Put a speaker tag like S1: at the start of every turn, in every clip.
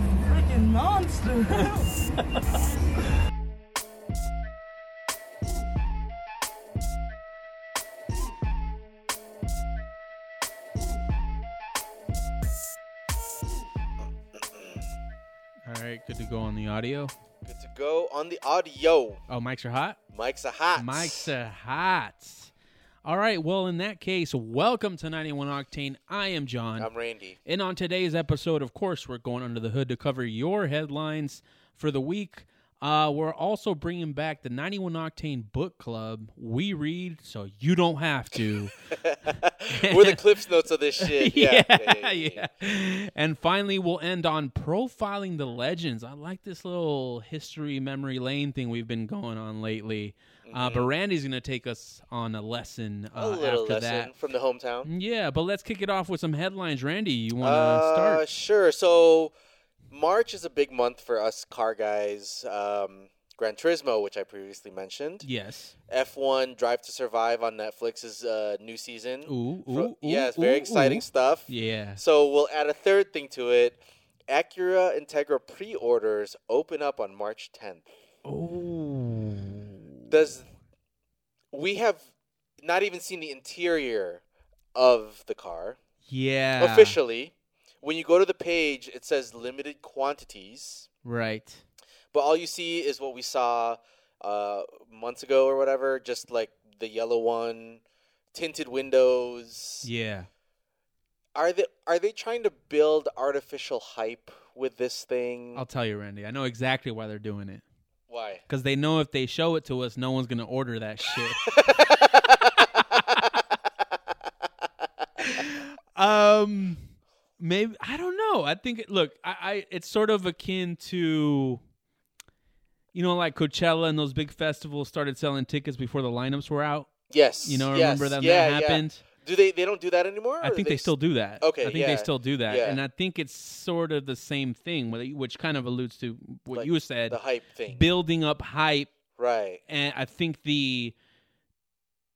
S1: fucking monster.
S2: All right, good to go on the audio.
S3: Good to go on the audio.
S2: Oh, mics are hot.
S3: Mike's a hot.
S2: Mics are hot. All right. Well, in that case, welcome to 91 Octane. I am John.
S3: I'm Randy.
S2: And on today's episode, of course, we're going under the hood to cover your headlines for the week. Uh, we're also bringing back the 91 Octane Book Club. We read so you don't have to.
S3: We're the cliffs notes of this shit. Yeah. yeah, yeah, yeah.
S2: yeah. And finally, we'll end on profiling the legends. I like this little history memory lane thing we've been going on lately. Uh, but Randy's going to take us on a lesson
S3: Mm-hmm. A
S2: uh,
S3: little
S2: after
S3: lesson
S2: that.
S3: from the hometown.
S2: Yeah, but let's kick it off with some headlines. Randy, you want to
S3: Uh,
S2: start?
S3: sure. So March is a big month for us car guys. Um, Gran Turismo, which I previously mentioned.
S2: Yes.
S3: F1 Drive to Survive on Netflix is a new season.
S2: Ooh, ooh,
S3: Fro-
S2: ooh
S3: yeah, it's
S2: ooh,
S3: very
S2: ooh.
S3: exciting stuff.
S2: Yeah.
S3: So we'll add a third thing to it. Acura Integra pre-orders open up on March 10th.
S2: Oh.
S3: Does we have not even seen the interior of the car
S2: Yeah.
S3: officially. When you go to the page, it says limited quantities,
S2: Right.
S3: but all you see is what we saw uh, months ago or whatever. Just like the yellow one, tinted windows.
S2: Yeah.
S3: Are they are they trying to build artificial hype with this thing?
S2: I'll tell you, Randy. I know exactly why they're doing it.
S3: Why?
S2: Because they know if they show it to us, no one's going to order that shit. um, maybe, I don't know. I think, it, look, I, I, it's sort of akin to, you know, like Coachella and those big festivals started selling tickets before the lineups were out.
S3: yes.
S2: You know,
S3: yes,
S2: remember that
S3: yeah,
S2: that
S3: yeah.
S2: happened?
S3: Do they they don't do that anymore?
S2: I
S3: or
S2: think they,
S3: s-
S2: still do that.
S3: Okay,
S2: I think they
S3: yeah,
S2: still do that,
S3: yeah.
S2: and I think it's sort of the same thing, whether- which kind of alludes to what
S3: Like
S2: you said,
S3: the hype thing.
S2: building up hype,
S3: right.
S2: and I think the,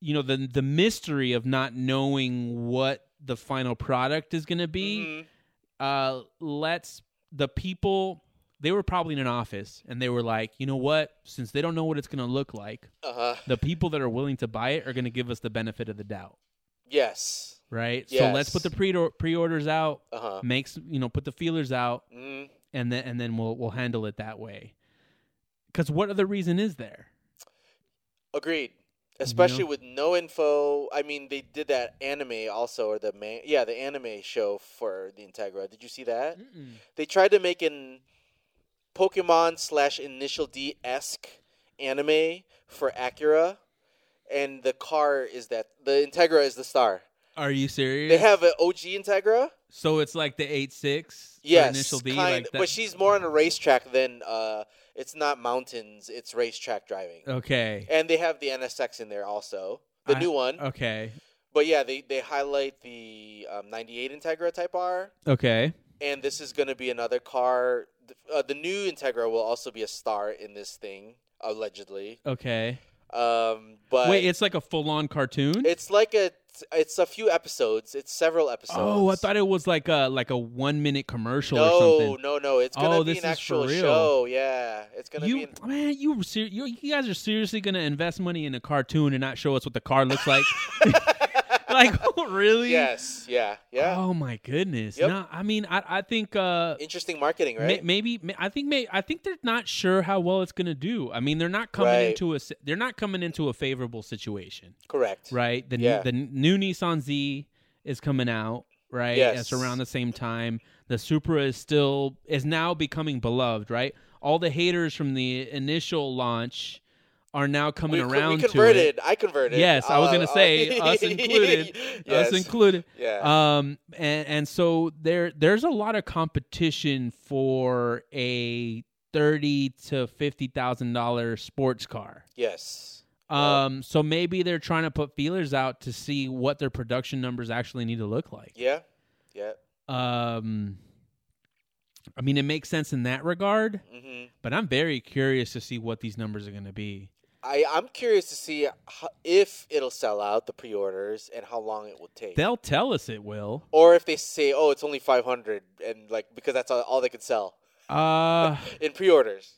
S2: you know, the the mystery of not knowing what the final product is going to be,
S3: Mhm.
S2: uh, lets the people. They were probably in an office, and they were like, you know what? Since they don't know what it's going to look like,
S3: Uh-huh.
S2: the people that are willing to buy it are going to give us the benefit of the doubt,
S3: Yes.
S2: right? So let's put the
S3: Yes.
S2: pre pre orders out
S3: Uh-huh.
S2: makes you know put the feelers out
S3: Mm.
S2: and then and then we'll we'll handle it that way because what other reason is there
S3: Agreed. Especially with no info. I mean, they did that anime also or the man- yeah, the anime show for the Integra. Did you see
S2: Mm-hmm.
S3: that? They tried to make an Pokemon slash Initial D esque anime for Acura, and the car is that the Integra is the star.
S2: are you
S3: They
S2: serious
S3: have an OG Integra.
S2: so it's like the 8-6 for
S3: Yes,
S2: initial d
S3: kind,
S2: like that
S3: but she's more on a racetrack than uh, it's not mountains. It's racetrack driving,
S2: okay
S3: and they have the NSX in there also, the
S2: I- oh.
S3: new one.
S2: okay
S3: But yeah, they they highlight the um, '98 Integra Type R,
S2: okay
S3: and this is going to be another car. th- Uh, the new Integra will also be a star in this thing, allegedly.
S2: okay
S3: Um, but
S2: wait it's like a full-on cartoon
S3: it's like a it's a few episodes. It's several episodes.
S2: oh i thought it was like a like a one minute commercial or
S3: no,
S2: something
S3: no, no. It's gonna
S2: Oh,
S3: be
S2: this
S3: an
S2: is for
S3: actual
S2: real.
S3: show. Yeah, it's gonna be.
S2: you
S3: An,
S2: man, you, ser- you you guys are seriously gonna invest money in a cartoon and not show us what the car looks like? like really?
S3: yes, yeah, yeah.
S2: Oh my goodness.
S3: Yep.
S2: No, I mean, I, I think uh,
S3: Interesting marketing,
S2: ma-
S3: right?
S2: maybe ma- I think may, I think they're not sure how well it's going to do. I mean, they're not coming
S3: Right.
S2: into a s- they're not coming into a favorable situation,
S3: Correct.
S2: right? The n-
S3: Yeah.
S2: the n- new Nissan Z is coming out, right?
S3: Yes.
S2: It's around the same time. The Supra is still is now becoming beloved, right? All the haters from the initial launch are now coming
S3: we, co-
S2: around
S3: we
S2: to
S3: converted.
S2: it.
S3: I converted.
S2: Yes, I was
S3: Uh,
S2: gonna say,
S3: uh,
S2: us included.
S3: yes.
S2: Us included.
S3: yeah.
S2: um and and so there there's a lot of competition for a thirty to fifty thousand dollar sports car
S3: yes.
S2: um so maybe they're trying to put feelers out to see what their production numbers actually need to look like
S3: Yeah. Yeah.
S2: um i mean it makes sense in that regard
S3: hmm
S2: but i'm very curious to see what these numbers are going to be
S3: I I'm curious to see how, if it'll sell out the pre-orders and how long it will take.
S2: they'll tell us it will
S3: or if they say, "Oh, it's only 500 and like because that's all, all they could sell.
S2: Uh,
S3: in pre-orders.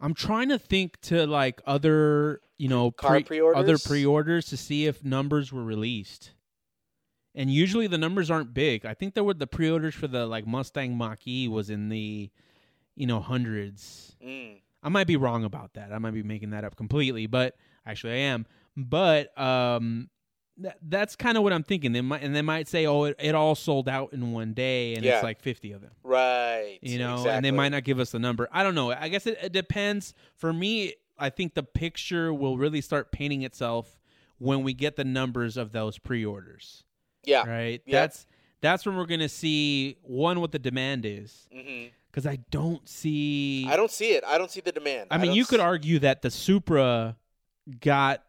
S2: I'm trying to think to like other, you know,
S3: Car pre-orders?
S2: other pre-orders to see if numbers were released. And usually the numbers aren't big. I think there were the pre-orders for the like Mustang Mach-E was in the, you know, hundreds.
S3: Mm.
S2: I might be wrong about that. I might be making that up completely, but actually I am. But um that, that's kind of what I'm thinking. They might and they might say, "Oh, it, it all sold out in one day," and
S3: Yeah.
S2: it's like 50 of them
S3: Right.
S2: you know
S3: exactly.
S2: and they might not give us the number i don't know i guess it, it depends for me i think the picture will really start painting itself when we get the numbers of those pre-orders
S3: Yeah.
S2: right
S3: Yeah.
S2: that's that's when we're gonna see one what the demand is
S3: Mhm.
S2: because i don't see
S3: I don't see it. I don't see the demand.
S2: I mean
S3: don't
S2: you could
S3: s-
S2: argue that the supra got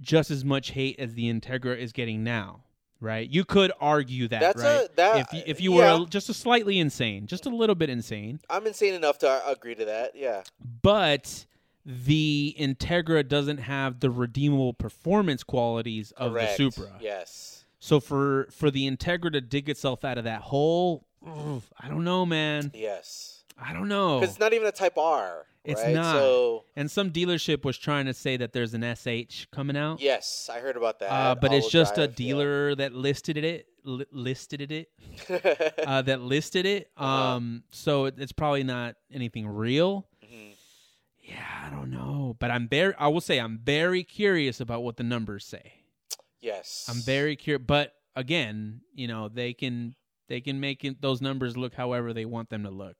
S2: just as much hate as the integra is getting now right you could argue that
S3: That's
S2: right
S3: a- that-
S2: if you, if you
S3: yeah.
S2: were a, just a slightly insane just a little bit insane
S3: I'm insane enough to agree to that. Yeah.
S2: but the Integra doesn't have the redeemable performance qualities of
S3: Correct.
S2: the Supra.
S3: Yes.
S2: So for for the Integra to dig itself out of that hole, oof, I don't know, man.
S3: Yes.
S2: I don't know.
S3: 'Cause it's not even a Type R.
S2: Oh. It's
S3: right?
S2: not.
S3: So
S2: And some dealership was trying to say that there's an SH coming out.
S3: yes, I heard about that.
S2: Oh. Uh, but it's
S3: all-wheel
S2: just a
S3: drive, oh, yeah.
S2: dealer that listed it, li- listed it, it, uh, that listed it.
S3: Uh-huh.
S2: Um, so it, it's probably not anything real.
S3: Mhm.
S2: Yeah, I don't know, but I'm very. I will say I'm very curious about what the numbers say.
S3: Yes.
S2: I'm very curious, but again, you know, they can they can make it, those numbers look however they want them to look.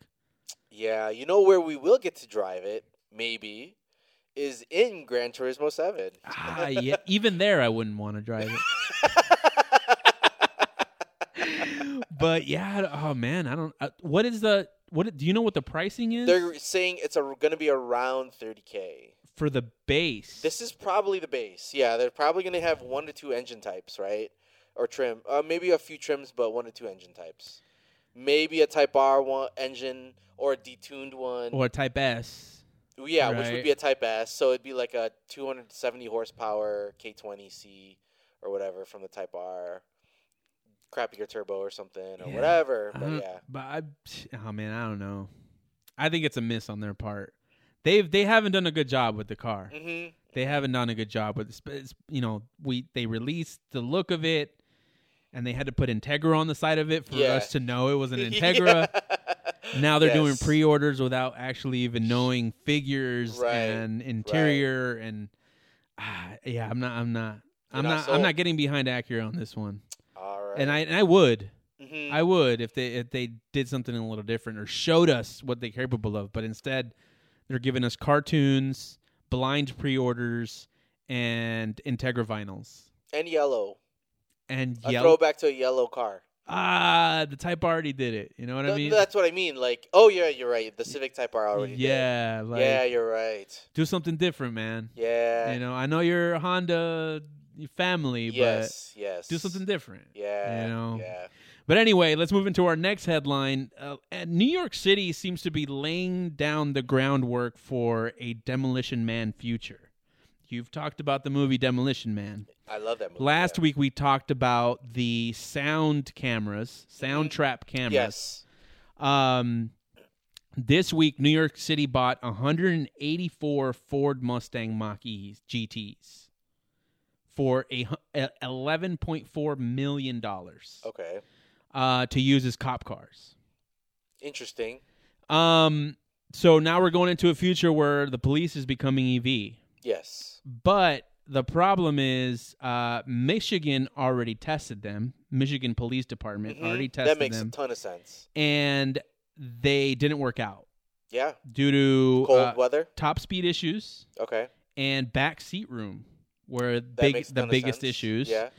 S3: Yeah, you know where we will get to drive it, maybe, is in Gran Turismo 7.
S2: Ah, yeah, even there, I wouldn't want to drive it. but yeah, oh man, I don't. Uh, what is the what? Do you know what the pricing is
S3: They're saying it's going to be around 30k.
S2: for the base?
S3: This is probably the base. Yeah, they're probably going to have one to two engine types, right? Or trim. Uh, maybe a few trims, but one to two engine types. Maybe a Type R one engine or a detuned one.
S2: or Type S.
S3: yeah, which would
S2: right.
S3: be a Type S. So it'd be like a 270 horsepower K20C or whatever from the Type R. Crappier turbo or something or
S2: Yeah, Uh-huh.
S3: whatever.
S2: I
S3: But
S2: don't-
S3: yeah.
S2: but I, oh man, I don't know. I think it's a miss on their part. They've they haven't done a good job with the car.
S3: Mm-hmm.
S2: they haven't done a good job with this. You know, we they released the look of it, and they had to put Integra on the side of it for
S3: Yeah.
S2: us to know it was an Integra. Now they're doing pre-orders without actually even knowing figures
S3: Right,
S2: and interior and ah, yeah, I'm not, I'm not, I'm
S3: You're not
S2: not, I'm
S3: sold.
S2: not getting behind Acura on this one.
S3: All right.
S2: And I and I would,
S3: Mhm.
S2: I would if they if they did something a little different or showed us what they're capable of, but instead they're giving us cartoons, blind pre-orders, and Integra vinyls
S3: and yellow.
S2: and
S3: A
S2: yellow.
S3: throwback to a yellow car.
S2: Ah, the Type R already did it. You know what
S3: No,
S2: I mean?
S3: that's what I mean. Like, oh yeah, you're right. The Civic Type R already. did.
S2: yeah, like
S3: yeah, you're right.
S2: do something different, man.
S3: Yeah.
S2: You know, I know you're a Honda family,
S3: yes. Yes.
S2: but do something different.
S3: Yeah.
S2: you know.
S3: Yeah.
S2: But anyway, let's move into our next headline. Uh, and New York City seems to be laying down the groundwork for a Demolition Man future. You've talked about the movie Demolition Man.
S3: I love that movie.
S2: Last
S3: yeah.
S2: week we talked about the sound cameras, sound trap cameras.
S3: Yes.
S2: Um, this week, New York City bought 184 Ford Mustang Mach E GTs for a hu- e- 11.4 million dollars
S3: Okay.
S2: uh, to use as cop cars.
S3: Interesting.
S2: Um, so now we're going into a future where the police is becoming EV,
S3: Yes.
S2: but the problem is uh, Michigan already tested them. Michigan Police Department
S3: Mhm.
S2: already tested
S3: that makes
S2: them,
S3: a ton of sense.
S2: and they didn't work out
S3: Yeah.
S2: due to
S3: Cold
S2: uh,
S3: weather.
S2: top speed issues
S3: Okay.
S2: and back seat room were
S3: That
S2: big,
S3: makes a
S2: the
S3: ton of
S2: biggest
S3: sense.
S2: issues.
S3: Yeah.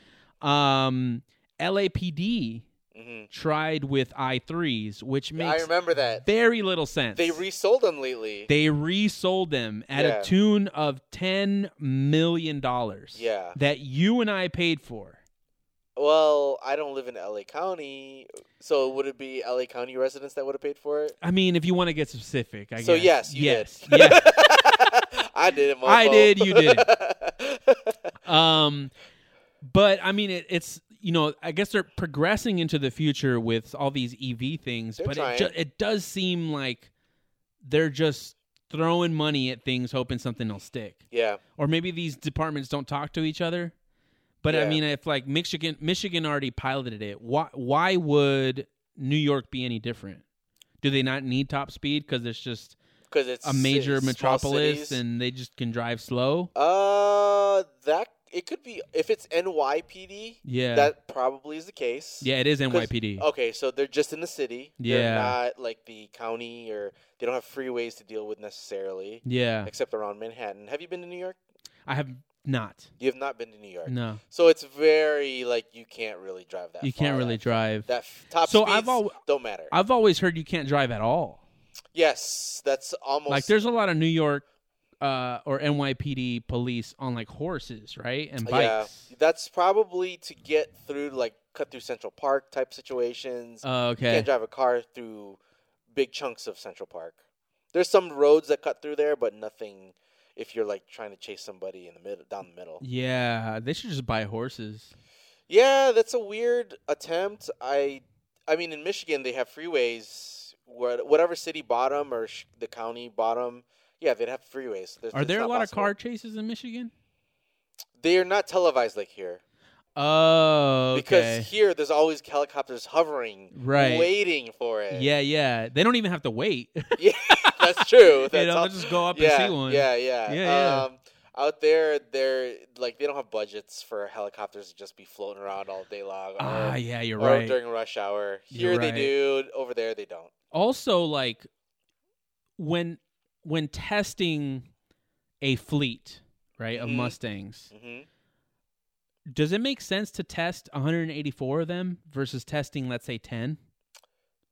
S2: Um, LAPD
S3: Mm-hmm.
S2: tried with i3s, which
S3: I
S2: makes
S3: remember that.
S2: very little sense.
S3: They resold them lately.
S2: They resold them at
S3: Yeah.
S2: a tune of ten million dollars.
S3: yeah.
S2: That you and I paid for.
S3: Well, I don't live in LA County, so would it be LA County residents that would have paid for it?
S2: I mean, if you want to get specific, I
S3: so
S2: guess.
S3: yes, you
S2: yes,
S3: did.
S2: yes.
S3: I did it.
S2: I
S3: mofo.
S2: did, you did. Um, but I mean, it, it's you know, I guess they're progressing into the future with all these EV things,
S3: They're
S2: but it, ju-
S3: trying.
S2: it does seem like they're just throwing money at things hoping something will stick.
S3: Yeah.
S2: Or maybe these departments don't talk to each other. But I
S3: Yeah.
S2: mean, if like Michigan, Michigan already piloted it. Why? Why would New York be any different? Do they not need top speed because it's just
S3: Because it's
S2: a major
S3: ci- small
S2: metropolis
S3: cities.
S2: and they just can drive slow?
S3: uh, that it could be if it's NYPD.
S2: Yeah,
S3: That probably is the case.
S2: yeah, it is
S3: 'Cause- oh.
S2: NYPD.
S3: Okay, so they're just in the city. They're
S2: Yeah.
S3: not like the county or they don't have freeways to deal with necessarily,
S2: yeah,
S3: except around Manhattan. Have you been to New York?
S2: I have not.
S3: You have not been to New York.
S2: No,
S3: So it's very like you can't really drive that.
S2: you
S3: far,
S2: can't really
S3: actually.
S2: drive.
S3: That f- top
S2: So
S3: speeds
S2: I've al-
S3: don't matter.
S2: I've always heard you can't drive at all.
S3: yes, that's almost
S2: Like there's a lot of New York uh, or NYPD police on like horses, right, and bikes.
S3: Yeah, that's probably to get through like cut through Central Park type situations.
S2: Oh,
S3: You
S2: okay.
S3: can't drive a car through big chunks of Central Park. There's some roads that cut through there, but nothing if you're like trying to chase somebody in the middle down the middle.
S2: Yeah, they should just buy horses.
S3: Yeah, that's a weird attempt. I I mean in Michigan they have freeways where whatever city bottom or sh- the county bottom, yeah, they'd have freeways. There's,
S2: Are
S3: it's
S2: there a
S3: not
S2: lot
S3: possible.
S2: of car chases in Michigan?
S3: They are not televised like here.
S2: Oh, okay.
S3: Because here there's always helicopters hovering,
S2: Right.
S3: waiting for it.
S2: yeah, yeah. They don't even have to wait.
S3: yeah, that's true. That's
S2: you know,
S3: all-
S2: they'll just go up
S3: yeah,
S2: and see one.
S3: yeah, yeah,
S2: Yeah, yeah.
S3: Um, out there, they're like they don't have budgets for helicopters to just be floating around all day long, or,
S2: Ah, yeah, you're
S3: or
S2: right.
S3: during rush hour. Here
S2: You're
S3: they
S2: right.
S3: do. Over there they don't.
S2: Also, like when when testing a fleet, right, of
S3: Mhm.
S2: Mustangs,
S3: hmm
S2: does it make sense to test 184 of them versus testing, let's say, 10?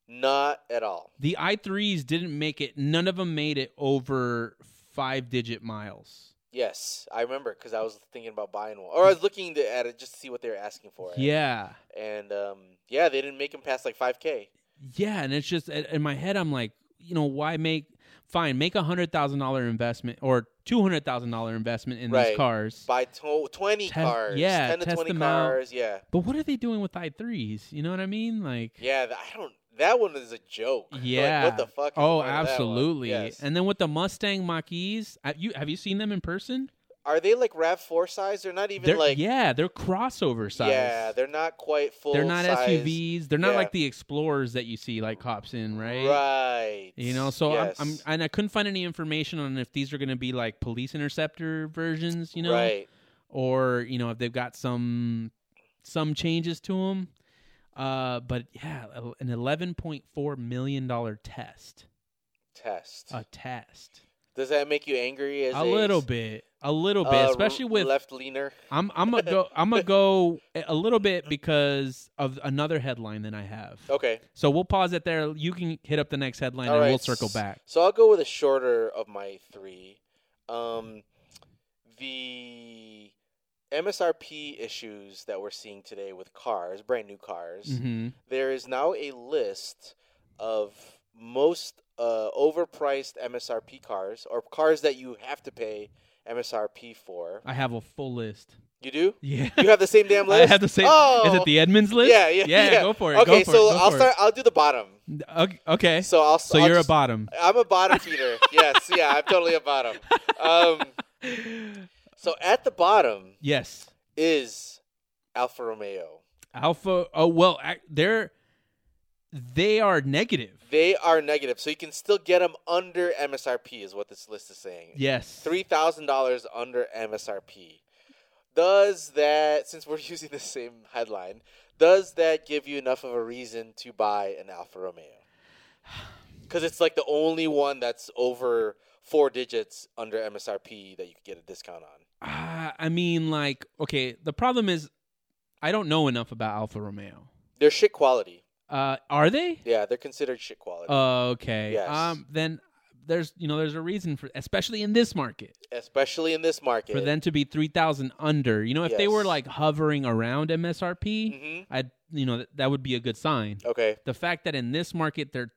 S3: Not at all.
S2: The i3s didn't make it. None of them made it over five digit miles.
S3: Yes, I remember because I was thinking about buying one, or I was looking to, at it just to see what they were asking for.
S2: Yeah.
S3: and um, yeah, they didn't make them past like five k.
S2: Yeah, and it's just in in my head, I'm like, you know, why make fine make a hundred thousand dollar investment or two hundred thousand dollar investment in
S3: Right.
S2: these cars?
S3: Buy to- twenty
S2: Test-
S3: cars,
S2: yeah,
S3: ten to
S2: test
S3: twenty
S2: them out.
S3: cars, yeah.
S2: But what are they doing with i threes? You know what I mean? Like,
S3: Yeah, th- I don't. That one is a joke. Like,
S2: Yeah.
S3: what the fuck? is
S2: oh,
S3: part of that one?
S2: absolutely.
S3: Yes.
S2: And then with the Mustang Mach-E's, have you have you seen them in person?
S3: are they like Rav Four size? They're not even
S2: They're
S3: like.
S2: yeah, they're crossover size.
S3: Yeah, they're not quite full.
S2: They're not
S3: size.
S2: SUVs. They're not
S3: yeah.
S2: like the Explorers that you see like cops in, right?
S3: Right.
S2: You know, so
S3: yes.
S2: I'm, I'm and I couldn't find any information on if these are going to be like police interceptor versions. You know,
S3: Right.
S2: or you know if they've got some some changes to them. Uh, but yeah, a- an eleven point four million dollar test,
S3: Test.
S2: a test,
S3: Does that make you angry? As
S2: Uh, a little bit, a little bit, especially with
S3: Uh, left leaner.
S2: I'm I'm gonna go I'm gonna go a little bit because of another headline that I have.
S3: Okay.
S2: So we'll pause it there. You can hit up the next headline
S3: Oh. All
S2: and we'll
S3: right,
S2: circle
S3: s-
S2: back.
S3: So I'll go with a shorter of my three. Um, the MSRP issues that we're seeing today with cars, brand new cars.
S2: hmm
S3: there is now a list of most uh, overpriced MSRP cars or cars that you have to pay MSRP for.
S2: I have a full list.
S3: You do?
S2: Yeah,
S3: You have the same damn
S2: I
S3: list.
S2: have the same.
S3: Oh,
S2: Is it the Edmonds list?
S3: Yeah, yeah,
S2: yeah.
S3: yeah.
S2: Go for it. go
S3: okay?
S2: for it,
S3: so
S2: go
S3: I'll
S2: for it.
S3: start. I'll do the bottom.
S2: Okay. okay.
S3: So I'll.
S2: So
S3: I'll
S2: you're a
S3: just-
S2: bottom.
S3: I'm a bottom feeder. yes. Yeah. I'm totally a bottom. Um, so at the bottom
S2: yes.
S3: is Alfa Romeo.
S2: Alpha. Oh well, ac- they're they are negative.
S3: They are negative, so you can still get them under MSRP, is what this list is saying.
S2: Yes.
S3: three thousand dollars under MSRP. Does that, since we're using the same headline, does that give you enough of a reason to buy an Alfa Romeo? Because it's like the only one that's over four digits under MSRP that you could get a discount on.
S2: Ah, I mean, like, okay. The problem is, I don't know enough about Alfa Romeo.
S3: They're shit quality.
S2: Uh, are they?
S3: Yeah, they're considered shit quality,
S2: Oh, okay.
S3: Yes.
S2: Um, then there's you know there's a reason for especially in this market
S3: especially in this market.
S2: for them to be three thousand under. You know, if they were
S3: Yes.
S2: like hovering around MSRP,
S3: Mhm.
S2: I'd you know th- that would be a good sign.
S3: Okay.
S2: the fact that in this market they're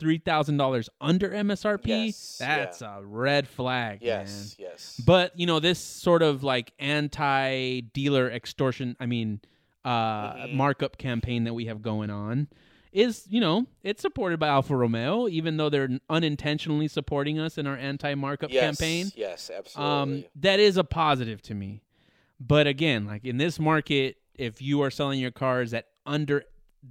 S2: three thousand dollars under MSRP,
S3: Yes,
S2: that's a red flag.
S3: Yes. Yes.
S2: Man. But you know, this sort of like anti dealer extortion I mean uh
S3: Mhm.
S2: markup campaign that we have going on is you know it's supported by Alfa Romeo, even though they're unintentionally supporting us in our anti-markup
S3: yes,
S2: campaign.
S3: Yes, absolutely.
S2: Um, that is a positive to me. But again, like in this market, if you are selling your cars at under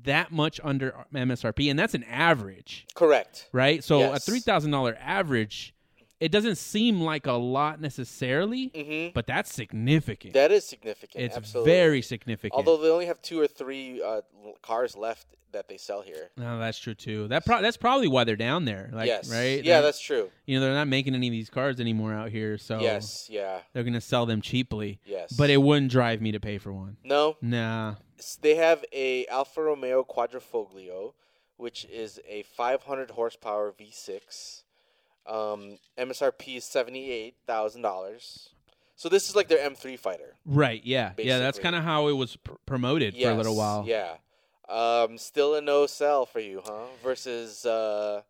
S2: that much under MSRP, and that's an average,
S3: Correct.
S2: right? So
S3: Yes.
S2: a three thousand dollar average, it doesn't seem like a lot necessarily,
S3: Mm-hmm.
S2: but that's significant.
S3: That is significant.
S2: it's
S3: absolutely.
S2: very significant.
S3: Although they only have two or three uh, l- cars left that they sell here.
S2: no, that's true too. That pro- that's probably why they're down there. Like,
S3: yes.
S2: right?
S3: Yeah,
S2: They're-
S3: that's true.
S2: you know they're not making any of these cars anymore out here, so
S3: Yes. Yeah.
S2: they're gonna sell them cheaply.
S3: Yes.
S2: But it wouldn't drive me to pay for one.
S3: no.
S2: Nah.
S3: S- They have a Alfa Romeo Quadrifoglio, which is a 500 horsepower V6. Um, MSRP is seventy eight thousand dollars. So this is like their M3 fighter.
S2: Right. Yeah. Yeah. That's
S3: Basically.
S2: kind of how it was pr- promoted for a little
S3: Yes,
S2: while.
S3: Yeah. Um, still a no sell for you, huh? Versus uh,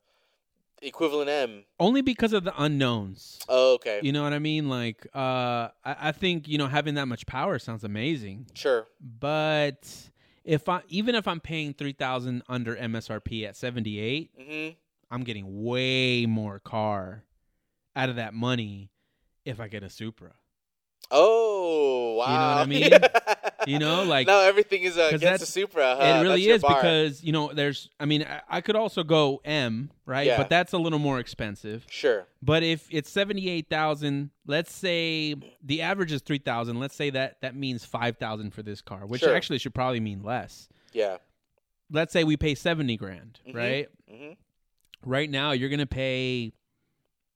S3: equivalent M.
S2: Only because of the unknowns.
S3: Oh, okay.
S2: You know what I mean? Like, uh, I, I think you know having that much power sounds amazing,
S3: Sure.
S2: but if I even if I'm paying three thousand under MSRP at seventy eight,
S3: hmm
S2: I'm getting way more car out of that money if I get a Supra.
S3: Oh, wow.
S2: You know what
S3: I
S2: You know, like-
S3: now everything is uh,
S2: 'Cause
S3: against the
S2: that's-
S3: Supra. Huh?
S2: it
S3: That's
S2: really
S3: your
S2: is
S3: bar.
S2: because you know there's. I mean, I, I could also go M, right?
S3: Yeah.
S2: But that's a little more expensive.
S3: sure.
S2: But if it's seventy eight thousand, let's say the average is three thousand. Let's say that that means five thousand for this car, which
S3: Sure.
S2: actually should probably mean less.
S3: Yeah.
S2: Let's say we pay seventy grand,
S3: Mhm.
S2: right?
S3: hmm
S2: Right now, you're gonna pay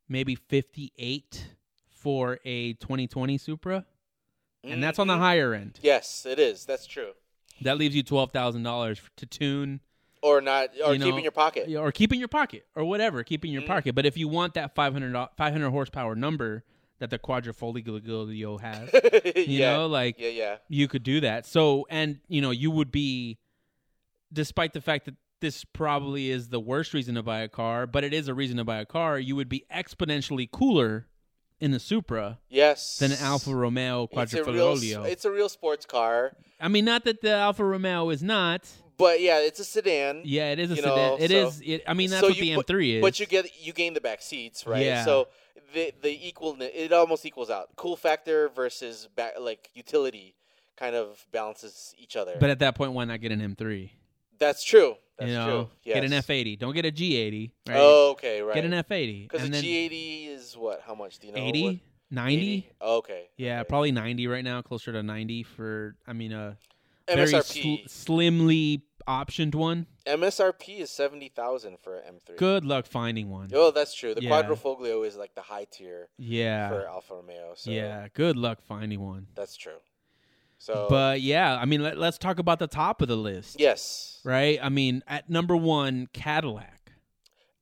S2: maybe fifty eight for a twenty twenty Supra, and that's on the higher end.
S3: Mm-hmm. Yes, it is. That's true.
S2: That leaves you twelve thousand dollars to tune
S3: Or not. Or
S2: You
S3: keep
S2: know,
S3: in your pocket.
S2: Yeah, or keep in your pocket or whatever, keep in your
S3: Mhm.
S2: pocket. But if you want that 500, do- 500 horsepower number that the quadrifoglio has, you
S3: yeah.
S2: know, like
S3: Yeah. Yeah.
S2: you could do that. So, and you know, you would be, despite the fact that this probably is the worst reason to buy a car, but it is a reason to buy a car, you would be exponentially cooler in the Supra
S3: Yes.
S2: than an Alfa Romeo
S3: It's a real. s-
S2: quadrifoglio.
S3: It's a real sports car,
S2: I mean, not that the Alfa Romeo is not.
S3: but yeah, it's a sedan.
S2: Yeah, it is a
S3: You
S2: sedan.
S3: know,
S2: it
S3: so-
S2: is. It, I mean, that's
S3: so
S2: what
S3: you
S2: the
S3: put-
S2: M3 is.
S3: But you get you gain the back seats, right?
S2: Yeah.
S3: So the the equal it almost equals out. Cool factor versus back, like utility kind of balances each other.
S2: But at that point, why not get an M3?
S3: that's true. That's
S2: you know,
S3: true. Yes.
S2: get an F80. Don't get a G80. Right?
S3: Oh, okay, right.
S2: Get an F80.
S3: Because
S2: and
S3: the
S2: then
S3: G eighty is what? How much do you know?
S2: 80,
S3: What-
S2: 90.
S3: 80? Oh, okay.
S2: Yeah,
S3: okay.
S2: probably 90 right now, closer to 90 for, I mean, a very
S3: MSRP.
S2: sl- slimly optioned one.
S3: MSRP is seventy thousand for an M three.
S2: Good luck finding one.
S3: Oh, that's true. The
S2: Yeah.
S3: Quadrifoglio is like the high tier
S2: yeah.
S3: for Alfa Romeo. So
S2: yeah, good luck finding one.
S3: that's true. So,
S2: But yeah, I mean, let, let's talk about the top of the list.
S3: yes,
S2: Right? I mean, at number one, Cadillac.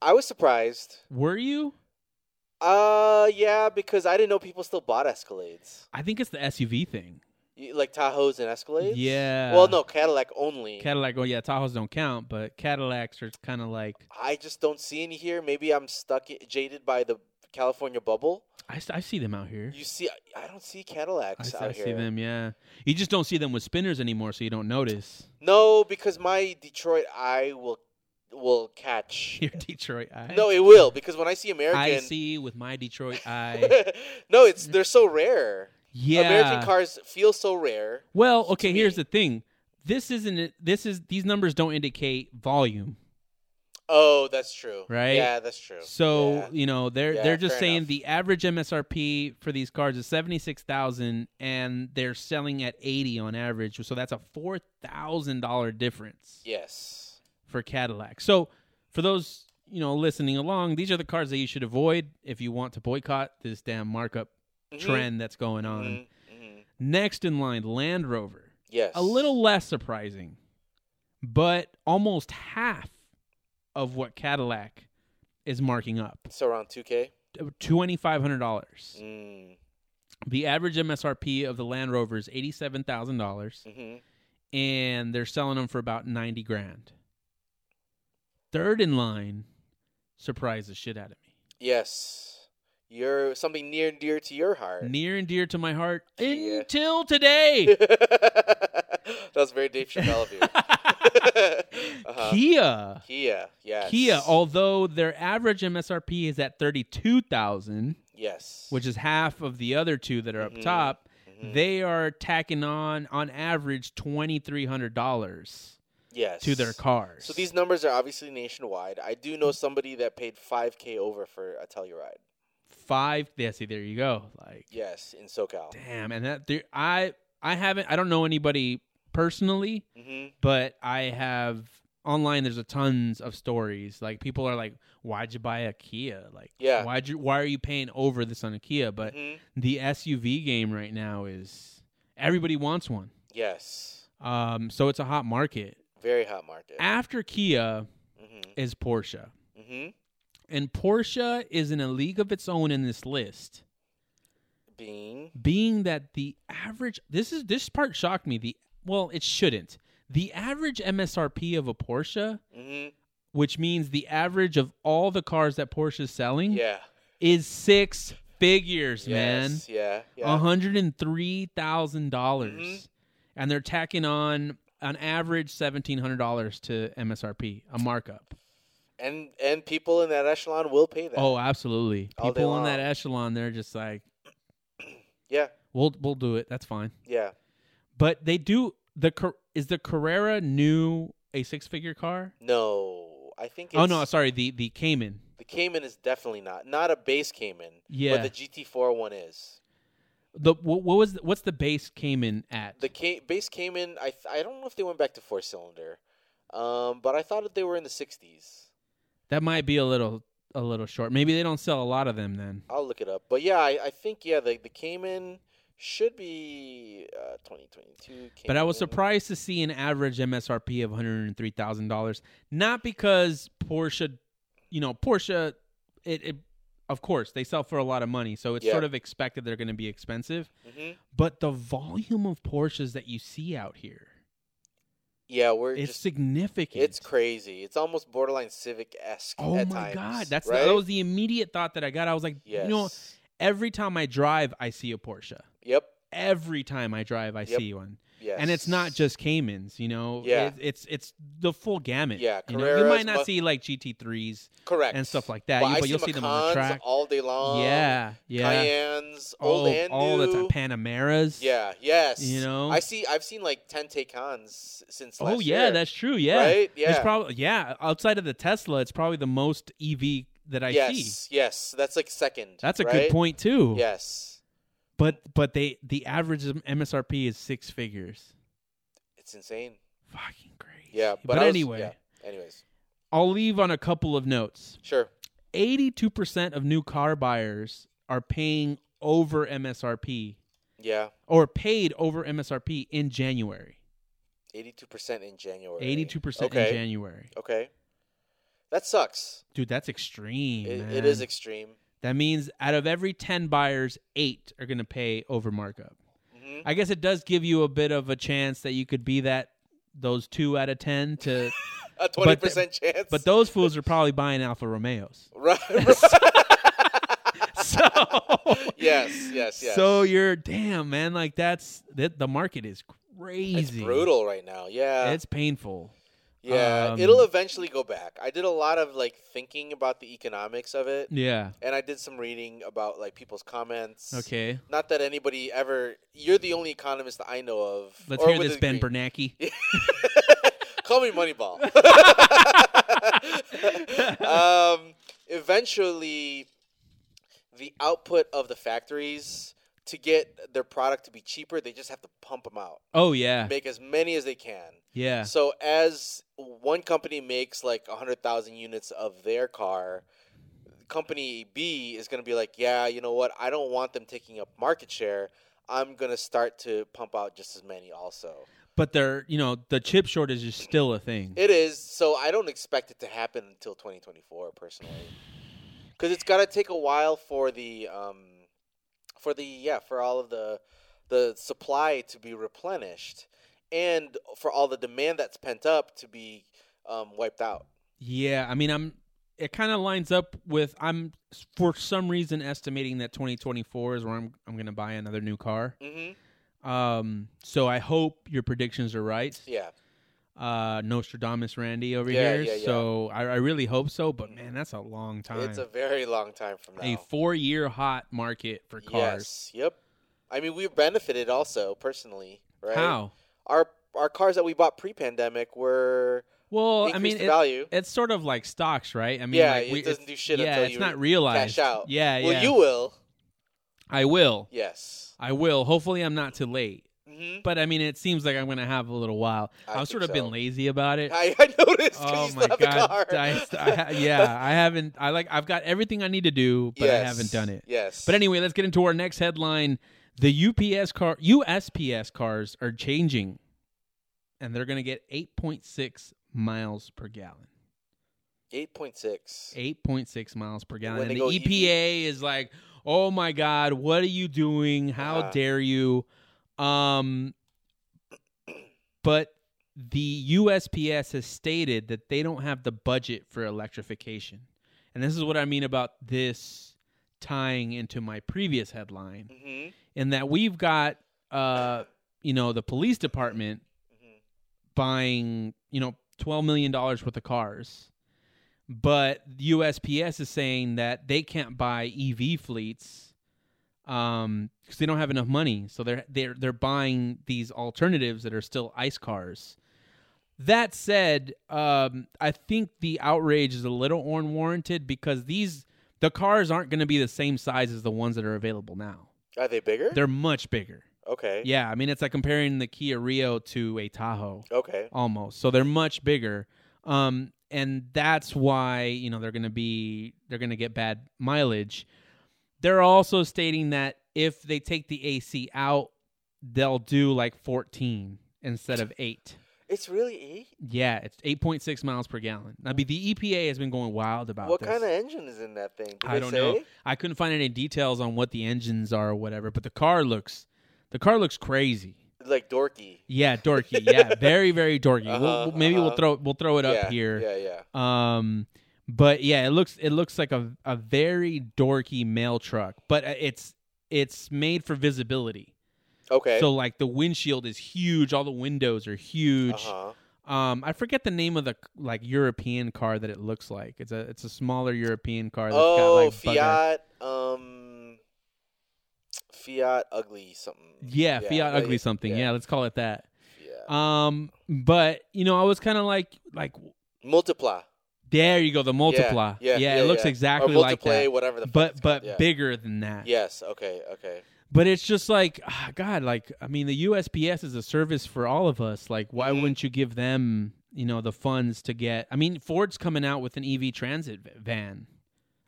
S3: I was surprised.
S2: Were you?
S3: Uh, yeah, because I didn't know people still bought Escalades,
S2: I think it's the SUV thing.
S3: You- like Tahoes and Escalades.
S2: Yeah.
S3: Well, no, Cadillac only.
S2: Cadillac. Oh yeah, Tahoes don't count, but Cadillacs are kind of like
S3: I just don't see any here. Maybe I'm stuck i- jaded by the California bubble.
S2: I, s- I see them out here.
S3: You see, I- I don't see
S2: I,
S3: Cadillacs
S2: s-
S3: out
S2: I
S3: here.
S2: see them. Yeah, you just don't see them with spinners anymore, so you don't notice.
S3: No, because my Detroit eye will will catch.
S2: Your Detroit eye.
S3: No, it will because when I see American,
S2: I see with my Detroit eye.
S3: no, it's they're so rare.
S2: yeah.
S3: American cars feel so rare.
S2: well,
S3: to
S2: okay. Here's
S3: me.
S2: the thing. This isn't. it- This is. These numbers don't indicate volume.
S3: Oh, that's true.
S2: Right?
S3: Yeah, that's true.
S2: So
S3: Yeah.
S2: you know they're
S3: Yeah,
S2: they're just
S3: fair
S2: saying
S3: enough.
S2: the average MSRP for these cars is seventy six thousand, and they're selling at eighty on average. So that's a four thousand dollar difference.
S3: yes.
S2: for Cadillac. So for those you know listening along, these are the cars that you should avoid if you want to boycott this damn markup
S3: Mhm.
S2: trend that's going on.
S3: Mhm, mhm.
S2: Next in line, Land Rover.
S3: Yes.
S2: A little less surprising, but almost half of what Cadillac is marking up.
S3: So around 2K.
S2: $2,500.
S3: Mm.
S2: The average MSRP of the Land Rover is $87,000
S3: hmm
S2: and they're selling them for about 90 grand. Third in line surprised the shit out of me.
S3: Yes. You're something near and dear to your heart.
S2: Near and dear to my heart
S3: Yeah.
S2: until today.
S3: that was very Dave Chappelle of you. uh-huh.
S2: Kia.
S3: Kia, yes.
S2: Kia, although their average MSRP is at 32,000,
S3: yes.
S2: which is half of the other two that are up
S3: Mhm.
S2: top,
S3: Mhm.
S2: they are tacking on on average $2,300
S3: yes
S2: to their cars.
S3: So these numbers are obviously nationwide. I do know somebody that paid 5k over for a Telluride.
S2: five, yeah, see there you go. Like
S3: Yes, in SoCal.
S2: damn, and that there, I I haven't I don't know anybody personally,
S3: hmm
S2: but I have online there's a tons of stories like people are like why'd you buy a kia like
S3: Yeah.
S2: why'd you why are you paying over this on a kia but
S3: hmm
S2: the suv game right now is everybody wants one
S3: Yes,
S2: um so it's a hot market
S3: very hot market.
S2: after kia
S3: Mm-hmm.
S2: is porsche
S3: hmm
S2: and porsche is in a league of its own in this list
S3: Being
S2: being that the average this is this part shocked me the well it shouldn't the average msrp of a porsche
S3: hmm
S2: which means the average of all the cars that porsche is selling
S3: yeah,
S2: is six figures man Uh-huh.
S3: yes, yeah, yeah.
S2: $103000
S3: Mhm.
S2: dollars and they're tacking on on average $1700 to msrp a markup
S3: And and people in that echelon will pay that.
S2: oh absolutely
S3: All day
S2: people in that
S3: long.
S2: echelon they're just like
S3: yeah,
S2: we'll we'll do it that's fine
S3: yeah.
S2: But they do the Car- is the Carrera new a six figure car?
S3: No, I think. It's,
S2: Oh no, sorry, the the Cayman.
S3: the Cayman is definitely not not a base Cayman.
S2: Yeah.
S3: but the GT4 one is.
S2: The wh- what, was the, what's the base Cayman at?
S3: The Ca- base Cayman, I th- I don't know if they went back to four cylinder, um, but I thought that they were in the sixties.
S2: that might be a little a little short. Maybe they don't sell a lot of them then.
S3: I'll look it up, but yeah, I, I think yeah the the Cayman should be uh, twenty twenty two.
S2: But I was surprised to see an average MSRP of one hundred and three thousand dollars. Not because Porsche, you know, Porsche, it, it of course they sell for a lot of money, so it's
S3: Yeah.
S2: sort of expected they're going to be expensive.
S3: hmm
S2: But the volume of Porsches that you see out here,
S3: Yeah, we're
S2: it's
S3: just
S2: significant.
S3: it's crazy. It's almost borderline Civic esque.
S2: Oh
S3: at
S2: my
S3: times,
S2: god, that's
S3: right?
S2: that was the immediate thought that I got. I was like,
S3: yes.
S2: you know, every time I drive, I see a Porsche.
S3: yep.
S2: Every time I drive, I
S3: Yep.
S2: see one,
S3: Yes.
S2: and it's not just Caymans. You know,
S3: Yeah.
S2: It- it's it's the full gamut.
S3: Yeah,
S2: you, know? you
S3: Carreras,
S2: might not
S3: Mus-
S2: see like GT threes
S3: correct
S2: and stuff like that,
S3: But
S2: you-
S3: I
S2: but
S3: see
S2: you'll see them on the
S3: Macans
S2: track.
S3: all day long.
S2: yeah, yeah,
S3: Cayennes,
S2: all
S3: Um, old and
S2: all the time.
S3: new.
S2: Panameras.
S3: Yeah. Yes.
S2: You know?
S3: I see. I've seen like ten Taycans since last
S2: Oh yeah,
S3: year,
S2: that's true. Yeah,
S3: Right. Yeah.
S2: it's probably yeah. Outside of the Tesla, it's probably the most EV that I
S3: yes.
S2: see.
S3: Yes. That's like second.
S2: That's a
S3: right?
S2: good point too.
S3: Yes.
S2: But but they the average of MSRP is six figures.
S3: It's insane.
S2: Fucking crazy.
S3: Yeah. But,
S2: But,
S3: I was-
S2: anyway,
S3: yeah. Anyways.
S2: I'll leave on a couple of notes.
S3: Sure.
S2: Eighty-two percent of new car buyers are paying over MSRP
S3: Yeah.
S2: or paid over MSRP in January.
S3: Eighty-two percent in January.
S2: Eighty-two percent
S3: Okay.
S2: in January.
S3: Okay. That sucks.
S2: Dude, that's extreme.
S3: It,
S2: man.
S3: it is extreme.
S2: that means out of every ten buyers, eight are gonna pay over markup.
S3: hmm
S2: I guess it does give you a bit of a chance that you could be that those two out of ten to
S3: A twenty percent chance.
S2: But those fools are probably buying Alfa Romeos.
S3: right.
S2: So
S3: yes. Yes. Yes.
S2: So you're damn man, like that's that the market is crazy.
S3: it's brutal right now. Yeah.
S2: It's painful.
S3: Yeah,
S2: Um,
S3: it'll eventually go back. I did a lot of like thinking about the economics of it,
S2: Yeah.
S3: and I did some reading about like people's comments.
S2: Okay.
S3: Not that anybody ever. You're the only economist that I know of.
S2: Let's
S3: or
S2: hear
S3: with
S2: this,
S3: a
S2: Ben
S3: degree.
S2: Bernanke.
S3: Call me Moneyball. um, eventually, the output of the factories to get their product to be cheaper, they just have to pump them out,
S2: Oh yeah.
S3: make as many as they can.
S2: Yeah.
S3: So as one company makes like 100,000 units of their car, company B is going to be like, "Yeah, you know what? I don't want them taking up market share. I'm going to start to pump out just as many also."
S2: But they're you know, the chip shortage is still a thing.
S3: It is. So I don't expect it to happen until 2024 personally. Cuz it's got to take a while for the um for the yeah, for all of the the supply to be replenished and for all the demand that's pent up to be um, wiped out.
S2: yeah, I mean I'm it kind of lines up with I'm for some reason estimating that 2024 is where I'm I'm going to buy another new car.
S3: Mhm.
S2: Um, so I hope your predictions are right.
S3: Yeah.
S2: uh, Nostradamus Randy over
S3: Yeah,
S2: here.
S3: yeah, yeah.
S2: So I, I really hope so, but man, that's a long time.
S3: It's a very long time from now.
S2: a four year hot market for cars.
S3: Yes. Yep. I mean, we benefited also personally, right?
S2: How?
S3: Our our cars that we bought pre-pandemic were
S2: Well,
S3: increased
S2: I mean,
S3: the
S2: it-
S3: value.
S2: it's sort of like stocks, right? I mean,
S3: Yeah,
S2: like
S3: it
S2: we-
S3: doesn't
S2: it's-
S3: do shit
S2: Yeah,
S3: until
S2: it's
S3: you
S2: not realized.
S3: out.
S2: Yeah, yeah.
S3: Well, you will.
S2: I will.
S3: Yes.
S2: I will. Hopefully, I'm not too late.
S3: hmm
S2: But I mean, it seems like I'm gonna have a little while.
S3: I
S2: have
S3: think
S2: sort of
S3: so.
S2: been lazy about it.
S3: I, I noticed. 'cause
S2: oh
S3: you
S2: my
S3: still have The
S2: god!
S3: car.
S2: I, st- I ha- yeah, I haven't. I like. I've got everything I need to do, but I haven't
S3: Yes,
S2: done it.
S3: Yes.
S2: But anyway, let's get into our next headline. The UPS car, USPS cars are changing, and they're gonna get 8.6 miles per gallon.
S3: eight point six.
S2: 8.6 miles per gallon.
S3: When
S2: And
S3: they
S2: the
S3: go E
S2: EPA is like, oh my God, what are you doing? How
S3: Uh-huh.
S2: dare you? Um, but the USPS has stated that they don't have the budget for electrification. And this is what I mean about this tying into my previous headline,
S3: Mm-hmm.
S2: in that we've got, uh, you know, the police department
S3: Mm-hmm.
S2: buying, you know, twelve million dollars worth of cars, but USPS is saying that they can't buy EV fleets um, because they don't have enough money. So they're they're they're buying these alternatives that are still ICE cars. That said, um, I think the outrage is a little unwarranted because these the cars aren't going to be the same size as the ones that are available now.
S3: Are they bigger?
S2: They're much bigger.
S3: okay.
S2: Yeah, I mean it's like comparing the Kia Rio to a Tahoe
S3: Okay.
S2: almost. So they're much bigger. Um, and that's why, you know, they're going to be, they're going to get bad mileage. They're also stating that if they take the AC out, they'll do like 14 instead of eight.
S3: It's really eight.
S2: Yeah, it's 8.6 miles per gallon. I mean, the EPA has been going wild about
S3: What
S2: Oh, this.
S3: kind of engine is in that thing? Do
S2: I
S3: they
S2: don't
S3: say?
S2: know. I couldn't find any details on what the engines are or whatever, but the car looks, the car looks crazy.
S3: Like dorky.
S2: Yeah, dorky. Yeah, very, very dorky.
S3: Uh-huh,
S2: we'll, we'll- maybe we'll
S3: uh-huh.
S2: throw we'll throw it up
S3: yeah,
S2: here.
S3: Yeah, yeah.
S2: Um, but yeah, it looks it looks like a a very dorky mail truck, but uh, it's it's made for visibility.
S3: Okay. Uh-huh.
S2: So like the windshield is huge, all the windows are huge.
S3: Uh-huh.
S2: Um, I forget the name of the like European car that it looks like. It's a it's a smaller European car. that's got,
S3: Oh,
S2: like, bugger-
S3: Fiat. Um, Fiat ugly something.
S2: Yeah, Fiat
S3: like-
S2: ugly something.
S3: yeah.
S2: Yeah. let's call it that.
S3: Fiat.
S2: Um, but you know, I was kind of like like
S3: Multiply.
S2: there you go, the multiply.
S3: Yeah, yeah,
S2: it
S3: yeah,
S2: looks
S3: yeah. Or
S2: exactly like
S3: multiply,
S2: that,
S3: whatever the. fuck it's
S2: but
S3: called,
S2: but
S3: yeah.
S2: bigger than that.
S3: Yes. Okay. Okay.
S2: but it's just like ah, god like i mean the usps is a service for all of us like why
S3: Mhm.
S2: wouldn't you give them you know the funds to get i mean ford's coming out with an ev transit v- van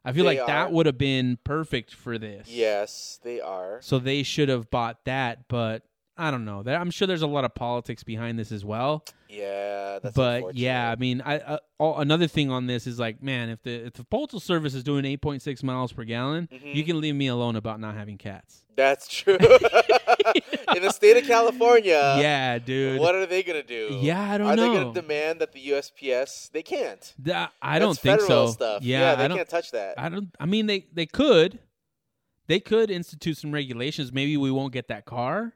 S2: i feel
S3: They
S2: like
S3: are.
S2: that would have been perfect for this
S3: Yes, they are.
S2: so they should have bought that but i don't know There- i'm sure there's a lot of politics behind this as well
S3: Yeah. That's
S2: but yeah i
S3: unfortunate.
S2: mean i uh, all, another thing on this is like man if the if the postal service is doing 8.6 miles per gallon
S3: Mhm.
S2: you can leave me alone about not having cats
S3: That's true. In the state of California.
S2: yeah dude
S3: What are they gonna do?
S2: Yeah, I don't
S3: are
S2: know.
S3: they gonna demand that the USPS? They can't.
S2: Th- I
S3: That's
S2: don't think
S3: federal
S2: so.
S3: Stuff.
S2: Yeah,
S3: they
S2: I don't.
S3: can't touch that.
S2: I don't. I mean, they they could, they could institute some regulations. Maybe we won't get that car.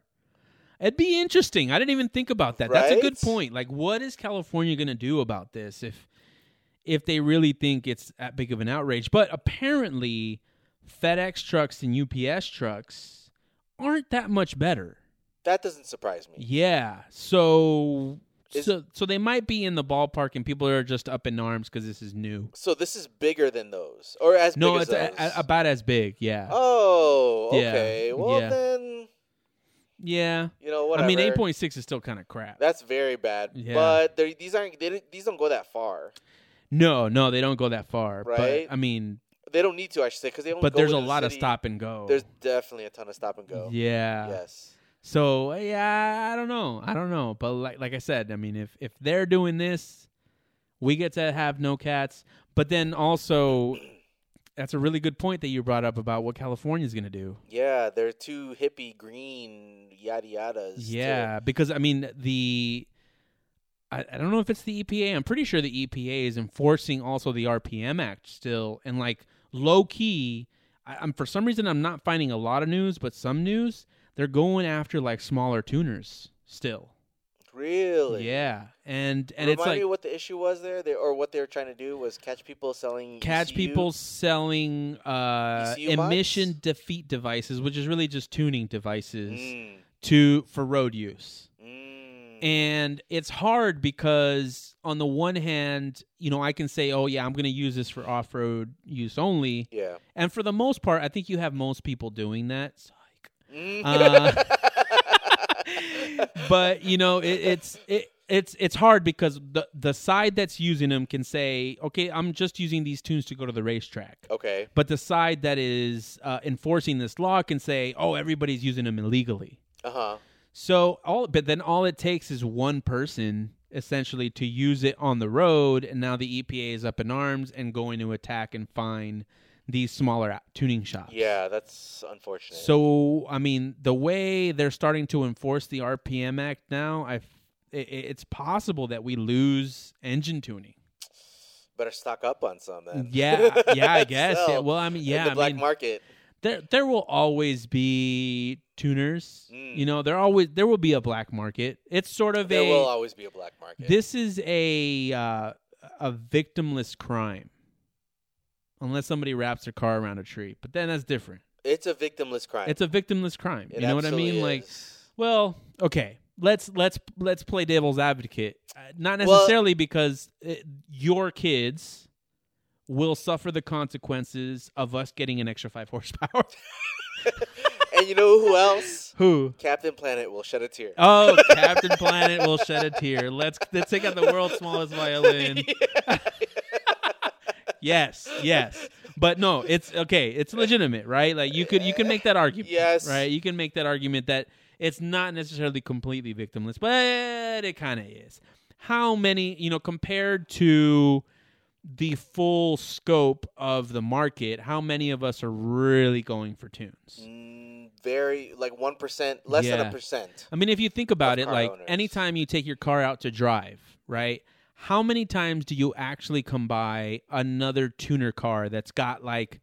S2: It'd be interesting. I didn't even think about that. That's a good
S3: Right?
S2: point. Like, what is California going to do about this if if they really think it's that big of an outrage? But apparently, FedEx trucks and UPS trucks aren't that much better.
S3: that doesn't surprise me.
S2: Yeah. So.
S3: Is-
S2: so, so they might be in the ballpark, and people are just up in arms because this is new.
S3: So this is bigger than those, or as
S2: No,
S3: big
S2: it's
S3: as
S2: a,
S3: those.
S2: a- about as big. Yeah.
S3: oh,
S2: Yeah,
S3: okay. Well
S2: yeah.
S3: then,
S2: yeah.
S3: you know whatever.
S2: I mean, eight point six is still kind of crap.
S3: That's very bad.
S2: Yeah.
S3: But they- these aren't. They, don't- these don't go that far.
S2: no, no, they don't go that far.
S3: Right?
S2: But I mean,
S3: They don't need to, I should say, because they don't.
S2: but
S3: go
S2: there's a
S3: into the
S2: lot of
S3: city.
S2: stop and go.
S3: There's definitely a ton of stop and go.
S2: Yeah.
S3: Yes.
S2: So yeah, I don't know. I don't know. But like like I said, I mean, if if they're doing this, we get to have no cats. But then also, that's a really good point that you brought up about what California's going to do.
S3: Yeah, they're too hippie green yada yadas. to-
S2: Yeah, because I mean the I, I don't know if it's the EPA. I'm pretty sure the EPA is enforcing also the RPM Act still, and like low key, I, I'm for some reason I'm not finding a lot of news, but some news they're going after like smaller tuners still.
S3: Really?
S2: Yeah, and and
S3: Remind
S2: it's like
S3: me what the issue was there, they, or what they were trying to do was catch people selling E
S2: catch
S3: ECU?
S2: people selling uh,
S3: ECU mods?
S2: emission defeat devices, which is really just tuning devices
S3: Mm,
S2: to for road use.
S3: mm,
S2: And it's hard because on the one hand, you know, I can say, "Oh yeah, I'm going to use this for off-road use only,"
S3: yeah.
S2: and for the most part, I think you have most people doing that. Psych.
S3: Mm.
S2: Um, but you know it, it's it, it's it's hard because the the side that's using them can say okay i'm just using these tunes to go to the racetrack
S3: okay.
S2: but the side that is uh, enforcing this law can say oh everybody's using them illegally
S3: Uh huh.
S2: so all but then all it takes is one person essentially to use it on the road and now the epa is up in arms and going to attack and fine these smaller out- tuning shops
S3: Yeah, that's unfortunate.
S2: so I mean, the way they're starting to enforce the RPM Act now, I it, it's possible that we lose engine tuning.
S3: better stock up on some then.
S2: Yeah, yeah, I guess.
S3: Sell
S2: yeah, well, I mean,
S3: in
S2: yeah,
S3: the
S2: I
S3: black
S2: mean,
S3: market.
S2: there there will always be tuners.
S3: Mm.
S2: You know, there always there will be a black market. It's sort of
S3: There
S2: a
S3: will always be a black market.
S2: this is a uh, a victimless crime, unless somebody wraps their car around a tree. But then that's different.
S3: it's a victimless crime.
S2: It's a victimless crime.
S3: It
S2: you know what I
S3: absolutely
S2: mean? Like.
S3: is.
S2: Well, okay. Let's let's let's play devil's advocate. Uh, Not
S3: Well-
S2: necessarily because uh your kids will suffer the consequences of us getting an extra five horsepower.
S3: and you know who else?
S2: Who?
S3: Captain Planet will shed a tear.
S2: Oh, Captain Planet will shed a tear. Let's let's take out the world's smallest violin. yes, yes. But no, it's okay. It's legitimate, right? Like you could you can make that argument.
S3: Yes.
S2: Right? You can make that argument that it's not necessarily completely victimless, but it kind of is. How many, you know, compared to the full scope of the market, how many of us are really going for tunes?
S3: Mm, very like one percent, less than
S2: Yeah.
S3: a percent.
S2: I mean, if you think about
S3: Of
S2: it,
S3: car
S2: like
S3: owners.
S2: anytime you take your car out to drive, right? How many times do you actually come by another tuner car that's got like,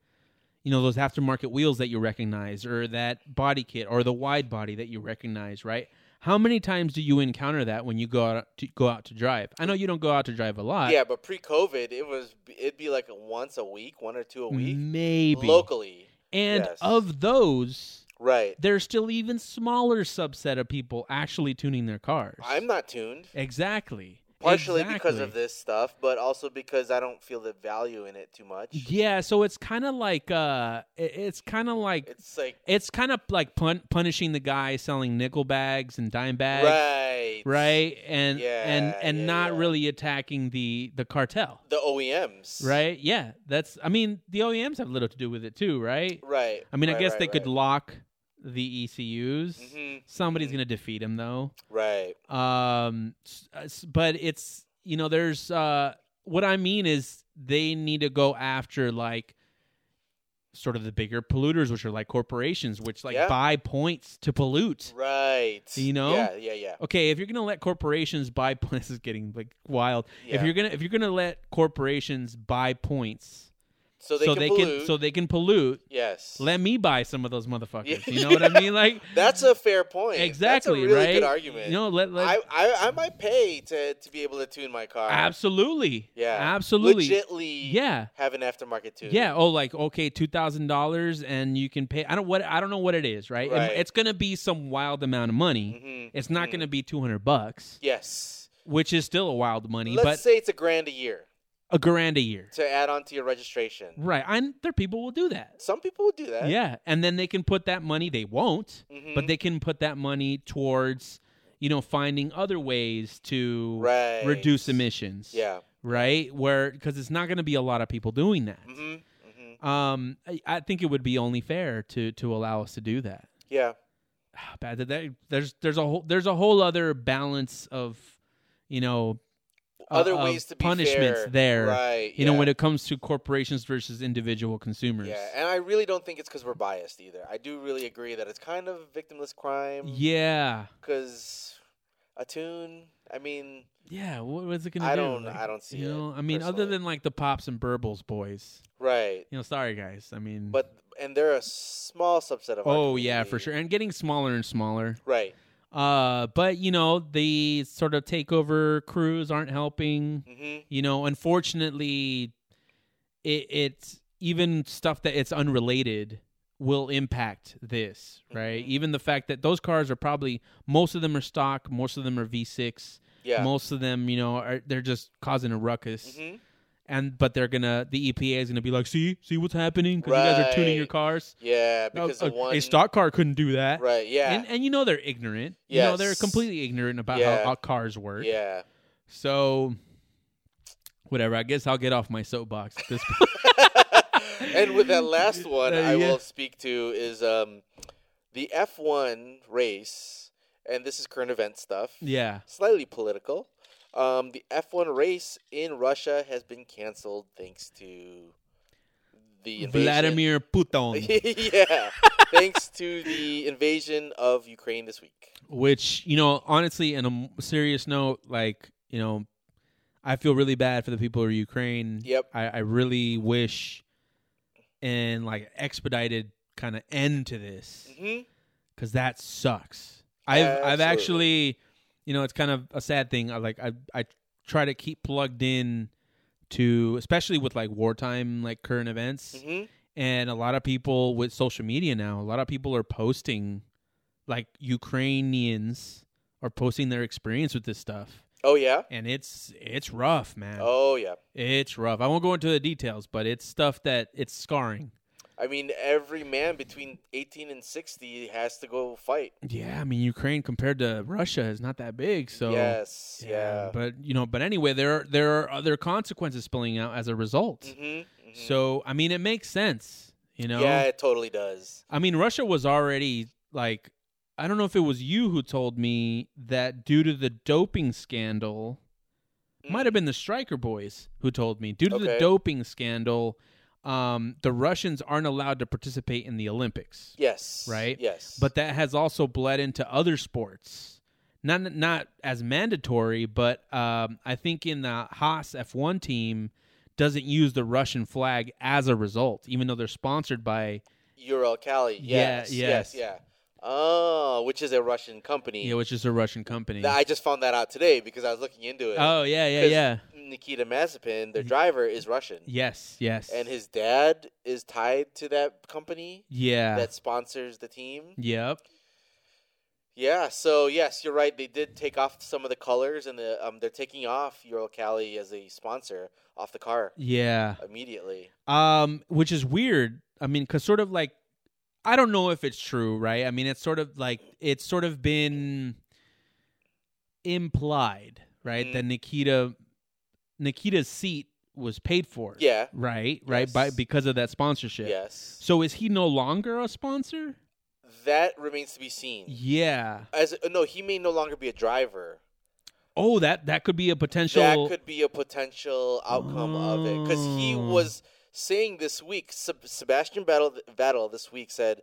S2: you know, those aftermarket wheels that you recognize, or that body kit, or the wide body that you recognize, right? How many times do you encounter that when you go out to go out to drive? I know you don't go out to drive a lot.
S3: yeah, but pre-COVID, it was it'd be like once a week, one or two a week,
S2: maybe.
S3: locally.
S2: and
S3: yes.
S2: of those,
S3: Right.
S2: there's still even smaller subset of people actually tuning their cars.
S3: I'm not tuned.
S2: Exactly.
S3: Partially because of
S2: Exactly.
S3: this stuff, but also because I don't feel the value in it too much.
S2: Yeah, so it's kind of like uh, i- it's kind of like
S3: It's like
S2: it's kind of like pun- punishing the guy selling nickel bags and dime bags,
S3: right,
S2: right? And
S3: Yeah,
S2: and and
S3: yeah,
S2: not
S3: yeah.
S2: really attacking the the cartel,
S3: The E OEMs,
S2: right? Yeah, that's. I mean, the OEMs have little to do with it too, right?
S3: Right.
S2: I mean, I
S3: right,
S2: guess
S3: right,
S2: they could
S3: Right.
S2: lock the ECUs.
S3: Mhm,
S2: Somebody's
S3: mhm.
S2: gonna defeat him though.
S3: right.
S2: um s- uh, s- but it's you know there's uh what i mean is they need to go after like sort of the bigger polluters which are like corporations which like
S3: Yeah.
S2: buy points to pollute
S3: Right.
S2: You know?
S3: Yeah. Yeah. Yeah.
S2: okay if you're gonna let corporations buy points is getting like wild if
S3: Yeah.
S2: you're gonna if you're gonna let corporations buy points
S3: So they
S2: so
S3: can
S2: they
S3: pollute.
S2: can so they can pollute
S3: yes.
S2: let me buy some of those motherfuckers
S3: Yeah.
S2: you know what i mean like
S3: That's a fair point.
S2: exactly
S3: That's a really
S2: right
S3: good argument.
S2: you know let, let
S3: I, I I might pay to to be able to tune my car.
S2: absolutely
S3: Yeah.
S2: absolutely
S3: Legitly.
S2: yeah
S3: Have an aftermarket tune.
S2: Yeah. Oh, like okay, two thousand dollars, and you can pay. I don't what I don't know what it is. Right. It-
S3: Right.
S2: it's gonna be some wild amount of money.
S3: Mhm,
S2: It's not
S3: mhm.
S2: gonna be two hundred bucks,
S3: Yes.
S2: which is still a wild money,
S3: Let's
S2: but
S3: say it's a grand a year
S2: a grand a year.
S3: to add on to your registration.
S2: Right. And there people will do that.
S3: Some people would do that.
S2: Yeah. And then they can put that money. They won't,
S3: Mhm.
S2: but they can put that money towards, you know, finding other ways to
S3: right.
S2: reduce emissions.
S3: Yeah.
S2: Right. Where because it's not gonna be a lot of people doing that.
S3: hmm hmm
S2: Um, I, I think it would be only fair to to allow us to do that. Ah,
S3: Yeah.
S2: bad that they, there's there's a whole there's a whole other balance of you know o-
S3: Other
S2: of
S3: ways to be
S2: Uh, punishments
S3: fair.
S2: there
S3: Right.
S2: you know
S3: yeah.
S2: when it comes to corporations versus individual consumers
S3: Yeah, and I really don't think it's because we're biased either. I do really agree that it's kind of a victimless crime.
S2: yeah
S3: Because a tune, I mean,
S2: yeah what was it gonna
S3: I
S2: do
S3: don't,
S2: Like,
S3: I don't see
S2: you know
S3: it.
S2: i mean other
S3: personally.
S2: than like the pops and burbles boys
S3: right,
S2: you know sorry guys i mean
S3: but and they're a small subset of. our
S2: oh yeah for
S3: community.
S2: sure and getting smaller and smaller
S3: Right.
S2: Uh, but you know, the sort of takeover crews aren't helping.
S3: Mm-hmm.
S2: You know, unfortunately, it, it's even stuff that it's unrelated will impact this, right?
S3: Mhm.
S2: Even the fact that those cars are probably most of them are stock, most of them are V6,
S3: Yeah.
S2: most of them, you know, are they're just causing a ruckus.
S3: hmm
S2: And but they're gonna the EPA is gonna be like, see, see what's happening because you guys are tuning your
S3: Right.
S2: cars.
S3: Yeah,
S2: No,
S3: because
S2: a,
S3: the one
S2: a stock car couldn't do that.
S3: Right. Yeah.
S2: And and you know they're ignorant. You know they're
S3: Yes.
S2: completely ignorant about
S3: Yeah.
S2: how, how cars work.
S3: yeah.
S2: So whatever, I guess I'll get off my soapbox at this point.
S3: and with that last one,
S2: There
S3: I
S2: you go.
S3: will speak to is um, the F1 race, and this is current event stuff,
S2: yeah.
S3: slightly political. Um, the F1 race in Russia has been canceled thanks to the invasion.
S2: Vladimir Putin.
S3: yeah, thanks to the invasion of Ukraine this week.
S2: Mm-hmm. Which, you know, honestly, in a m- serious note, like, you know, I feel really bad for the people of Ukraine.
S3: Yep.
S2: I, I really wish an like expedited kind of end to this.
S3: hmm
S2: because that sucks. I've I've
S3: Absolutely.
S2: actually, you know, it's kind of a sad thing. I like I I try to keep plugged in to, especially with like wartime, like current events,
S3: hmm
S2: and a lot of people with social media now. A lot of people are posting, like Ukrainians are posting their experience with this stuff,
S3: Oh yeah.
S2: and it's it's rough, man.
S3: Oh yeah.
S2: It's rough. I won't go into the details, but it's stuff that it's scarring.
S3: I mean, every man between 18 and 60 has to go fight.
S2: Yeah, I mean Ukraine compared to Russia is not that big, so
S3: yes, yeah.
S2: But you know, but anyway, there are, there are other consequences spilling out as a result.
S3: hmm hmm
S2: So I mean, it makes sense. You know,
S3: Yeah, it totally does.
S2: I mean, Russia was already like, I don't know if it was you who told me that due to the doping scandal, might have been the Striker Boys who told me due to the
S3: Mm-hmm. Okay.
S2: doping scandal, um, the Russians aren't allowed to participate in the Olympics.
S3: Yes.
S2: Right?
S3: Yes.
S2: But that has also bled into other sports. Not not as mandatory, but um, I think in the Haas F1 team doesn't use the Russian flag as a result, even though they're sponsored by
S3: Ural Cali.
S2: Yeah,
S3: Yes. yes.
S2: yes.
S3: Yeah. Oh, which is a Russian company.
S2: you know, which is a Russian company.
S3: Th- I just found that out today because I was looking into it.
S2: oh yeah, yeah,
S3: 'Cause
S2: yeah.
S3: Nikita Mazepin, their driver, is Russian,
S2: Yes, yes.
S3: and his dad is tied to that company
S2: yeah, Mm-hmm.
S3: that sponsors the team.
S2: yep,
S3: Yeah, so yes, you're right. They did take off some of the colors, and the, um, they're taking off Ural Cali as a sponsor off the car
S2: yeah.
S3: immediately.
S2: Um, which is weird. I mean, cause sort of like, I don't know if it's true, right? I mean, it's sort of like it's sort of been implied, right?
S3: Mhm.
S2: That Nikita, Nikita's seat was paid for,
S3: Yeah.
S2: right, right, by
S3: Yes.
S2: because of that sponsorship.
S3: Yes. Mm.
S2: So is he no longer a sponsor?
S3: That remains to be seen.
S2: Yeah.
S3: As uh, no, he may no longer be a driver.
S2: Oh, that that could be a potential.
S3: that could be a potential outcome of it because he
S2: Oh.
S3: was saying this week. Seb- Sebastian Vettel, Vettel this week said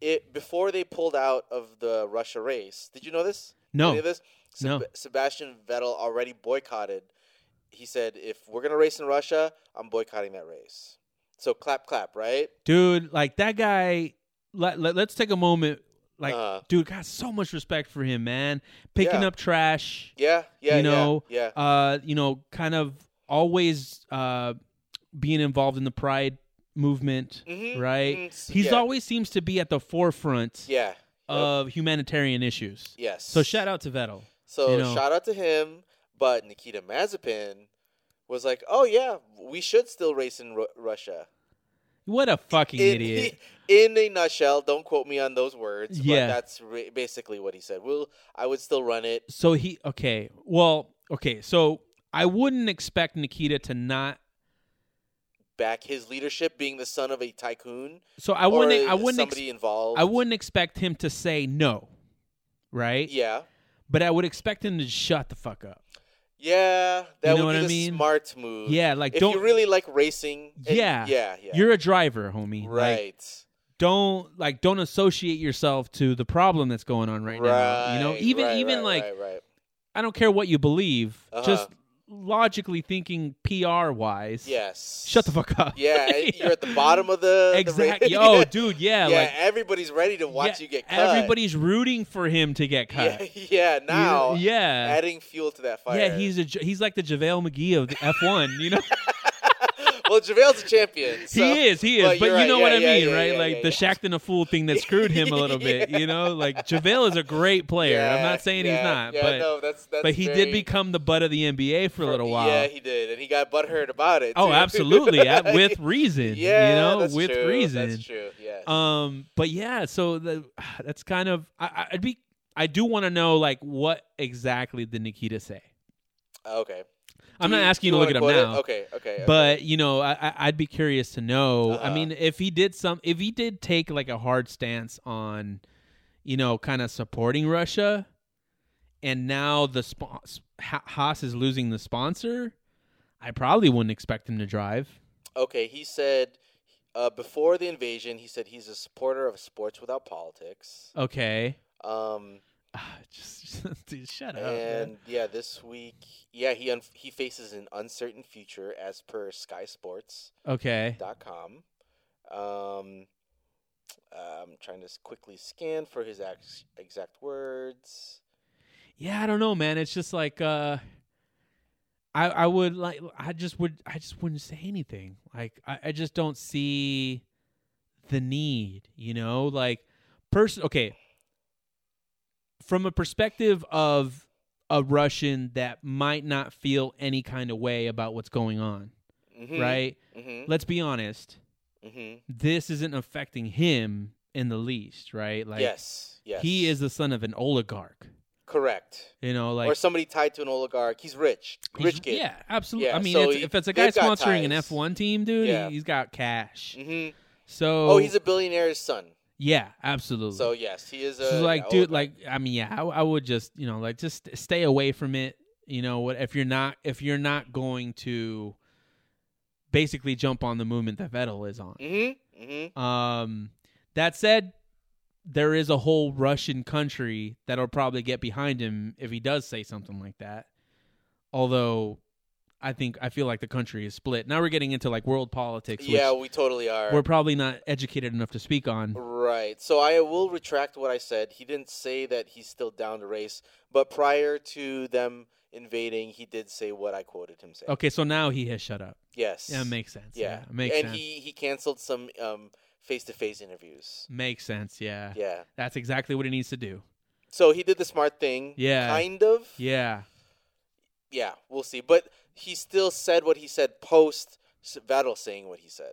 S3: it before they pulled out of the Russia race. Did you know this? any
S2: no.
S3: of this?
S2: No.
S3: Sebastian Vettel already boycotted. He said, "If we're gonna race in Russia, I'm boycotting that race." So clap, clap, right?
S2: dude like that guy let, let, us take a moment like
S3: Uh-huh.
S2: dude got so much respect for him man picking
S3: Yeah.
S2: up trash
S3: Yeah,
S2: You
S3: yeah, yeah,
S2: know,
S3: yeah,
S2: uh you know kind of always uh being involved in the pride movement
S3: Mhm,
S2: right
S3: mhm, s-
S2: he's
S3: yeah,
S2: always seems to be at the forefront
S3: yeah,
S2: of humanitarian issues
S3: yes.
S2: so shout out to vettel
S3: So
S2: you know.
S3: shout out to him. But Nikita Mazepin was like, "Oh yeah, we should still race in Ru- Russia."
S2: what a fucking
S3: in,
S2: idiot
S3: in a nutshell, don't quote me on those words.
S2: Yeah.
S3: but that's re- basically what he said. Well, I would still run it.
S2: so he okay well okay so i wouldn't expect nikita to not
S3: Back his leadership, being the son of a tycoon.
S2: so i
S3: or
S2: wouldn't e-, i wouldn't ex-
S3: somebody involved.
S2: I wouldn't e-, expect him to say no, right?
S3: Yeah,
S2: But I would expect him to shut the fuck up.
S3: yeah, that
S2: You know
S3: would
S2: what
S3: be
S2: I
S3: the
S2: mean?
S3: smart move.
S2: Yeah, like
S3: if
S2: don't.
S3: you really like racing. and-
S2: Yeah.
S3: yeah, yeah.
S2: are a driver, homie. Like,
S3: right.
S2: don't like don't associate yourself to the problem that's going on right, now. You know,
S3: Right,
S2: even
S3: right,
S2: even
S3: right,
S2: like
S3: right, right.
S2: I don't care what you believe.
S3: Uh-huh.
S2: Just logically thinking PR wise,
S3: Yes.
S2: shut the fuck up.
S3: Yeah, you're at the bottom of the the
S2: Exactly.
S3: rating.
S2: Yo, dude, yeah,
S3: yeah,
S2: like
S3: everybody's ready to watch
S2: yeah,
S3: you get cut.
S2: Everybody's rooting for him to get cut.
S3: Yeah, yeah now.
S2: You- yeah,
S3: Adding fuel to that fire.
S2: yeah. He's a J- he's like the JaVale McGee of the F one. You know,
S3: well, JaVale's a champion. So.
S2: he is, he is.
S3: But
S2: But,
S3: you're
S2: you
S3: right.
S2: know what
S3: Yeah,
S2: I
S3: yeah,
S2: mean,
S3: yeah,
S2: right?
S3: yeah,
S2: like
S3: yeah,
S2: the
S3: yeah.
S2: Shaq than a fool thing that screwed him a little bit. You know, like JaVale is a great player. I'm
S3: Yeah,
S2: not saying
S3: yeah,
S2: he's not,
S3: yeah,
S2: but
S3: no, that's, that's
S2: but he
S3: very-
S2: did become the butt of the NBA for a little while.
S3: Yeah, he did, and he got butthurt about it.
S2: oh,
S3: too.
S2: absolutely, at- with reason.
S3: yeah,
S2: you know,
S3: that's
S2: with
S3: true,
S2: reason.
S3: That's true. Yes.
S2: Um, but yeah, so the, that's kind of I, I- I'd be I do want to know like what exactly did Nikita say?
S3: okay.
S2: I'm
S3: Do
S2: not
S3: you-
S2: asking you
S3: do
S2: to look it up
S3: wanna quote
S2: now,
S3: Okay. Okay. okay.
S2: but Uh-uh. you know I, I- I'd be curious to know. I
S3: Uh-huh.
S2: mean, if he did some, if he did take like a hard stance on, you know, kind of supporting Russia, and now the spo- Ha- Haas is losing the sponsor, I probably wouldn't expect him to drive.
S3: Okay, he said uh, before the invasion, he said he's a supporter of sports without politics.
S2: Okay,
S3: Um,
S2: Ah, just, dude, shut up. man.
S3: and yeah, this week, yeah, he un- he faces an uncertain future as per SkySports.com.
S2: Okay.
S3: Um, I'm trying to s- quickly scan for his ex- exact words.
S2: yeah i don't know man it's just like uh i i would like i just would i just wouldn't say anything like i, I just don't see the need you know like person okay from a perspective of a russian that might not feel any kind of way about what's going on
S3: Mhm,
S2: right
S3: Mhm.
S2: let's be honest
S3: Mhm.
S2: this isn't affecting him in the least right like
S3: yes. Yes.
S2: he is the son of an oligarch
S3: correct.
S2: you know like
S3: or somebody tied to an oligarch. He's rich.
S2: He's-
S3: Rich kid.
S2: Yeah, absolutely.
S3: Yeah,
S2: I mean,
S3: so
S2: it's,
S3: he-
S2: if it's a guy
S3: they've got
S2: sponsoring an
S3: ties.
S2: F1 team, dude,
S3: Yeah.
S2: he, he's got cash.
S3: Mhm.
S2: So,
S3: Oh, he's a billionaire's son.
S2: yeah, absolutely.
S3: So yes, he is
S2: So,
S3: a
S2: like,
S3: yeah,
S2: dude,
S3: oligarch.
S2: like, I mean, yeah, I, I would just, you know, like, just stay away from it. You know, what if you're not if you're not going to basically jump on the movement that Vettel is on.
S3: Mm-hmm. Mm-hmm.
S2: Um, that said, there is a whole Russian country that'll probably get behind him if he does say something like that. Although, I think I feel like the country is split. Now we're getting into like world politics, which
S3: Yeah, we totally are.
S2: we're probably not educated enough to speak on.
S3: right. So I will retract what I said. He didn't say that he's still down to race, but prior to them invading, he did say what I quoted him saying.
S2: Okay, so now he has shut up.
S3: Yes.
S2: Yeah, it makes sense.
S3: Yeah.
S2: it makes
S3: and
S2: sense.
S3: he he canceled some um face-to-face interviews.
S2: makes sense. Yeah.
S3: Yeah.
S2: that's exactly what he needs to do.
S3: So he did the smart thing.
S2: Yeah.
S3: Kind of.
S2: Yeah,
S3: Yeah, we'll see. But he still said what he said post Vettel saying what he said.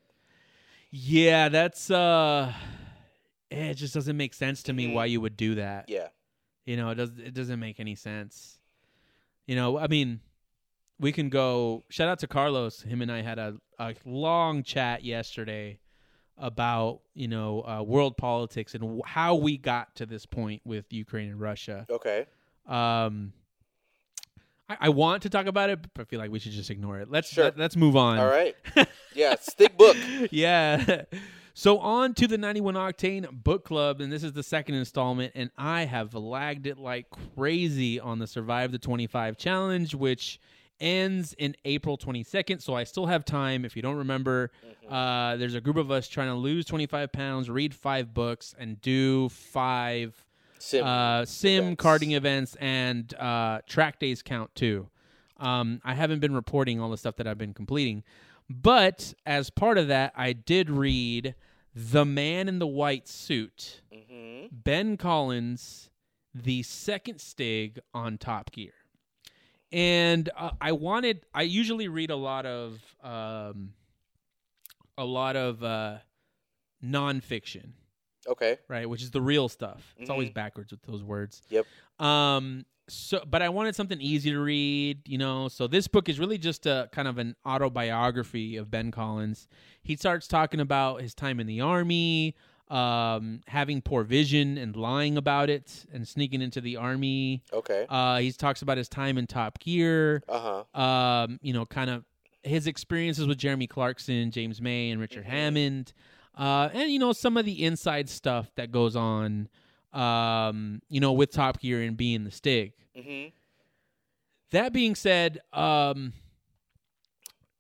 S2: yeah. That's uh, eh, it just doesn't make sense to me
S3: Mhm.
S2: why you would do that.
S3: Yeah.
S2: You know, it does it doesn't make any sense. You know, I mean, we can go shout out to Carlos. Him and I had a, a long chat yesterday about, you know, uh, world politics and w- how we got to this point with Ukraine and Russia.
S3: Okay.
S2: Um I, I want to talk about it, but I feel like we should just ignore it. Let's
S3: Sure.
S2: let, us move on.
S3: All right. Yeah, stick book.
S2: yeah. So on to the 91 Octane Book Club, and this is the second installment, and I have lagged it like crazy on the Survive the 25 challenge, which ends in April 22nd. So I still have time. If you don't remember, uh, there's a group of us trying to lose 25 pounds, read five books, and do five
S3: Sim.
S2: uh, sim
S3: events.
S2: karting events and uh, track days count too. Um, I haven't been reporting all the stuff that I've been completing, but as part of that, I did read "The Man in the White Suit,"
S3: mm-hmm.
S2: Ben Collins, the second Stig on Top Gear, and uh, I wanted. I usually read a lot of um, a lot of uh, nonfiction
S3: Okay.
S2: right? Which is the real stuff. It's always backwards with those words.
S3: Yep.
S2: Um. So, but I wanted something easy to read, you know. So this book is really just a kind of an autobiography of Ben Collins. He starts talking about his time in the army, um, having poor vision and lying about it, and sneaking into the army.
S3: Okay.
S2: Uh, he talks about his time in Top Gear
S3: Uh huh.
S2: um, you know, kind of his experiences with Jeremy Clarkson, James May, and Richard
S3: Mhm.
S2: Hammond, uh, and you know some of the inside stuff that goes on, um, you know, with Top Gear and being the Stig.
S3: Mm-hmm.
S2: That being said, um,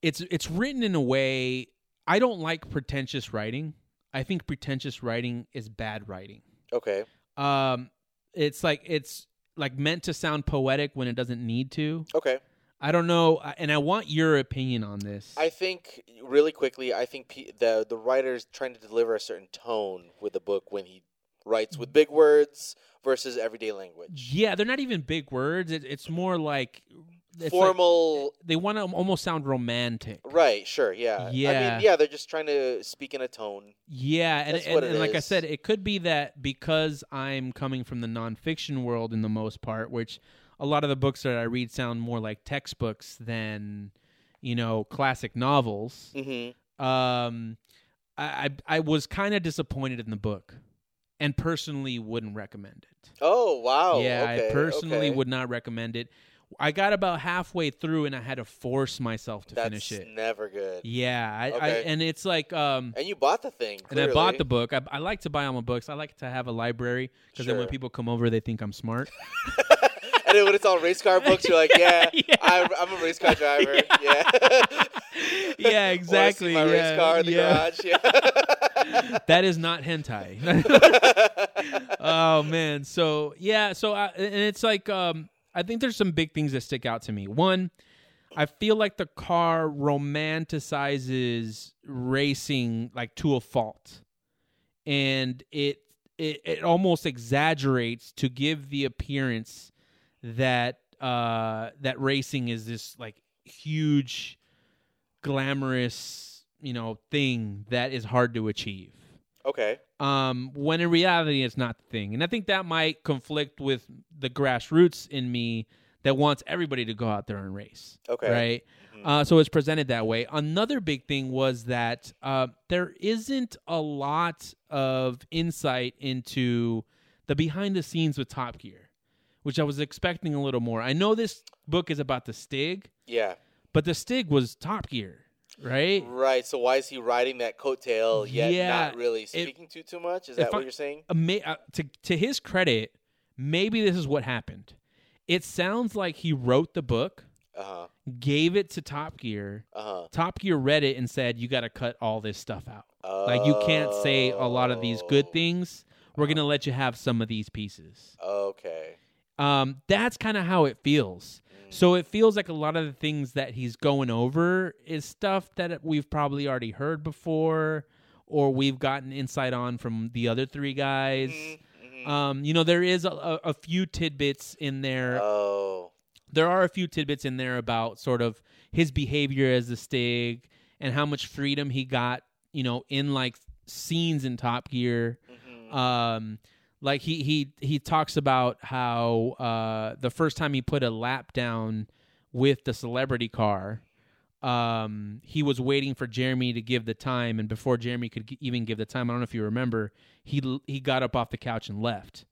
S2: it's it's written in a way I don't like pretentious writing. I think pretentious writing is bad writing.
S3: Okay.
S2: Um, it's like it's like meant to sound poetic when it doesn't need to.
S3: Okay.
S2: I don't know, I- and I want your opinion on this.
S3: I think really quickly. I think P- the the writer's trying to deliver a certain tone with the book when he writes
S2: Mm.
S3: with big words versus everyday language.
S2: yeah, they're not even big words. It, it's more like it's like eh,
S3: Formal.
S2: they want to almost sound romantic.
S3: Right, sure, yeah. I
S2: Yeah.
S3: mean, yeah, they're just trying to speak in a tone.
S2: Yeah, and,
S3: That's
S2: and,
S3: what it
S2: and like I
S3: is.
S2: said, it could be that because I'm coming from the nonfiction world in the most part, which a lot of the books that I read sound more like textbooks than you know classic novels.
S3: hmm
S2: Um, I I, I was kind of disappointed in the book, and personally wouldn't recommend it.
S3: Oh, wow.
S2: yeah,
S3: okay,
S2: I personally
S3: okay.
S2: would not recommend it. I got about halfway through and I had to force myself to
S3: That's
S2: finish it.
S3: never good.
S2: Yeah, I, I,
S3: Okay.
S2: and it's like um,
S3: And you bought the thing.
S2: and I bought
S3: clearly.
S2: the book. I, I like to buy all my books. I like to have a library because then when
S3: Sure.
S2: people come over, they think I'm smart.
S3: and then when it's all race car books, you're like, yeah,
S2: yeah.
S3: I'm, I'm a race car driver. yeah.
S2: Yeah,
S3: Wanna see
S2: exactly,
S3: My
S2: yeah,
S3: race car in the
S2: yeah.
S3: garage. Yeah.
S2: that is not hentai. oh man, so yeah, so I, and it's like um, I think there's some big things that stick out to me. One, I feel like the car romanticizes racing like to a fault, and it it, it almost exaggerates to give the appearance that uh that racing is this like huge glamorous you know thing that is hard to achieve
S3: okay.
S2: um, when in reality it's not the thing. And I think that might conflict with the grassroots in me that wants everybody to go out there and race.
S3: Okay.
S2: Right.
S3: Mhm.
S2: Uh, so it's presented that way. Another big thing was that uh, there isn't a lot of insight into the behind the scenes with Top Gear, which I was expecting a little more. I know this book is about the Stig,
S3: Yeah.
S2: but the Stig was Top Gear, right?
S3: Right. So why is he riding that coattail yet
S2: Yeah,
S3: not really speaking to too much? Is
S2: if
S3: that
S2: I-
S3: what you're saying?
S2: ama- uh, to to his credit, maybe this is what happened. It sounds like he wrote the book,
S3: Uh huh.
S2: gave it to Top Gear.
S3: Uh huh.
S2: Top Gear read it and said, "You got to cut all this stuff out. Like you can't say a lot of these
S3: Oh,
S2: good things. We're gonna let you have some of these pieces."
S3: Okay.
S2: Um, that's kind of how it feels.
S3: Mm.
S2: So it feels like a lot of the things that he's going over is stuff that we've probably already heard before, or we've gotten insight on from the other three guys.
S3: Mhm, mhm.
S2: Um, you know, there is a, a, a few tidbits in there.
S3: oh.
S2: there are a few tidbits in there about sort of his behavior as the Stig and how much freedom he got, you know, in like scenes in Top Gear.
S3: mhm.
S2: Um, like he he he talks about how uh, the first time he put a lap down with the celebrity car, um, he was waiting for Jeremy to give the time, and before Jeremy could g- even give the time, I don't know if you remember, he l- he got up off the couch and left,